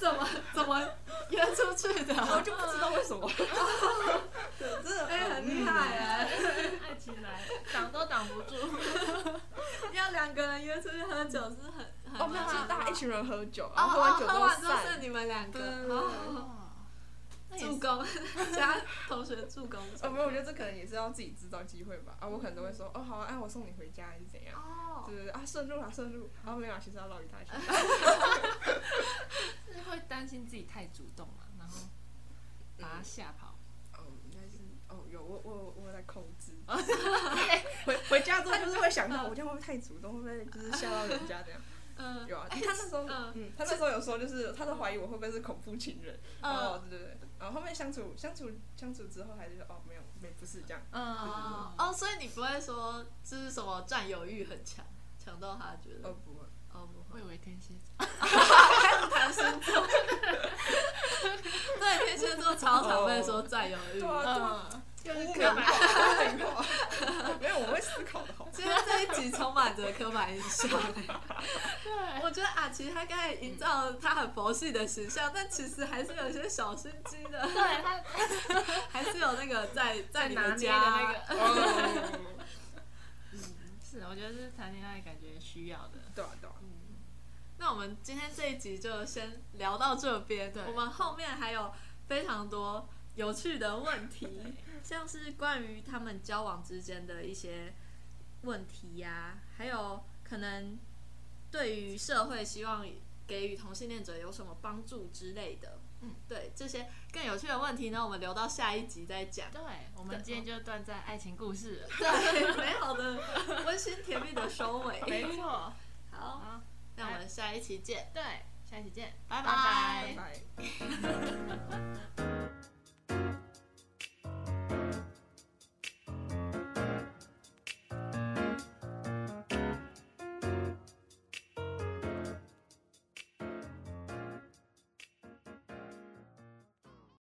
Speaker 2: 怎么怎么约出去的？
Speaker 3: 我就不知道为什么，对，真的
Speaker 2: 哎，很厉害哎！
Speaker 1: 爱情来挡都挡不住，
Speaker 2: 要两个人约出去喝酒是很很
Speaker 3: 哦，没有，
Speaker 2: 麻
Speaker 3: 是
Speaker 2: 烦
Speaker 3: 大家一群人喝酒，
Speaker 2: 啊
Speaker 3: 然
Speaker 2: 哦
Speaker 3: 后喝完酒
Speaker 2: 哦喝完之后是
Speaker 3: 散，
Speaker 2: 你们两
Speaker 3: 对对
Speaker 2: 个
Speaker 3: 对
Speaker 2: 哦
Speaker 1: 那也
Speaker 2: 助
Speaker 1: 是
Speaker 2: 攻， 加同学助攻。
Speaker 3: 哦，没有，我觉得这可能也是要自己制造机会吧。啊，我可能都会说，哦，好啊，啊我送你回家还是怎样？
Speaker 2: 嗯哦嗯
Speaker 3: 对，对对，啊，顺路啦，顺路。然后没有啊，其实要绕一大圈。
Speaker 1: 是会担心自己太主动嘛，然后把他吓跑。
Speaker 3: 哦，应该是，哦，有我我我有在控 制。
Speaker 2: 哎
Speaker 3: 回回家之后就是会想到，我这样会不会太主动，会不会就是吓到人家这样？
Speaker 2: 嗯
Speaker 3: 有啊，他那时候，
Speaker 2: 嗯
Speaker 3: 嗯，他那时候有说，就是他都怀疑我会不会是恐怖情人。哦，对对对。然后后面相处相处相处之后，还是说哦，没有，没不是这样。
Speaker 1: 嗯
Speaker 2: 哦哦，所以你不会说就是什么占有欲很强，强到他觉得
Speaker 3: 哦，不会。
Speaker 2: 哦不
Speaker 1: 我
Speaker 2: 会
Speaker 1: 以为天蝎座，
Speaker 2: 谈星座，对天蝎座常常被说占有欲
Speaker 3: 对。啊，对啊。
Speaker 1: 嗯，
Speaker 3: 就是
Speaker 1: 刻板
Speaker 3: 板化， 没有，我会思考的好吗。
Speaker 2: 今天这一集充满着刻板印象。
Speaker 1: 对，
Speaker 2: 我觉得阿奇他刚才营造他很佛系的形象，但其实还是有一些小心机的，
Speaker 1: 对他
Speaker 2: 还是有那个在在你们
Speaker 1: 捏
Speaker 2: 家
Speaker 1: 的那个，
Speaker 3: 哦，
Speaker 1: 是我觉得是谈恋爱感觉需要的。
Speaker 3: 对啊，对啊，
Speaker 2: 那我们今天这一集就先聊到这边，
Speaker 1: 对
Speaker 2: 我们后面还有非常多有趣的问题，像是关于他们交往之间的一些问题呀、还有可能对于社会希望给予同性恋者有什么帮助之类的。
Speaker 1: 嗯，
Speaker 2: 对，这些更有趣的问题呢，我们留到下一集再讲。
Speaker 1: 对，我们今天就断在爱情故事了。
Speaker 2: 对，美好的温馨甜蜜的收尾。
Speaker 1: 没错，
Speaker 2: 好，
Speaker 1: 好，
Speaker 2: 那我们下一期见，
Speaker 1: 对，下期见，
Speaker 2: 拜
Speaker 1: 拜
Speaker 3: 拜拜。
Speaker 2: 拜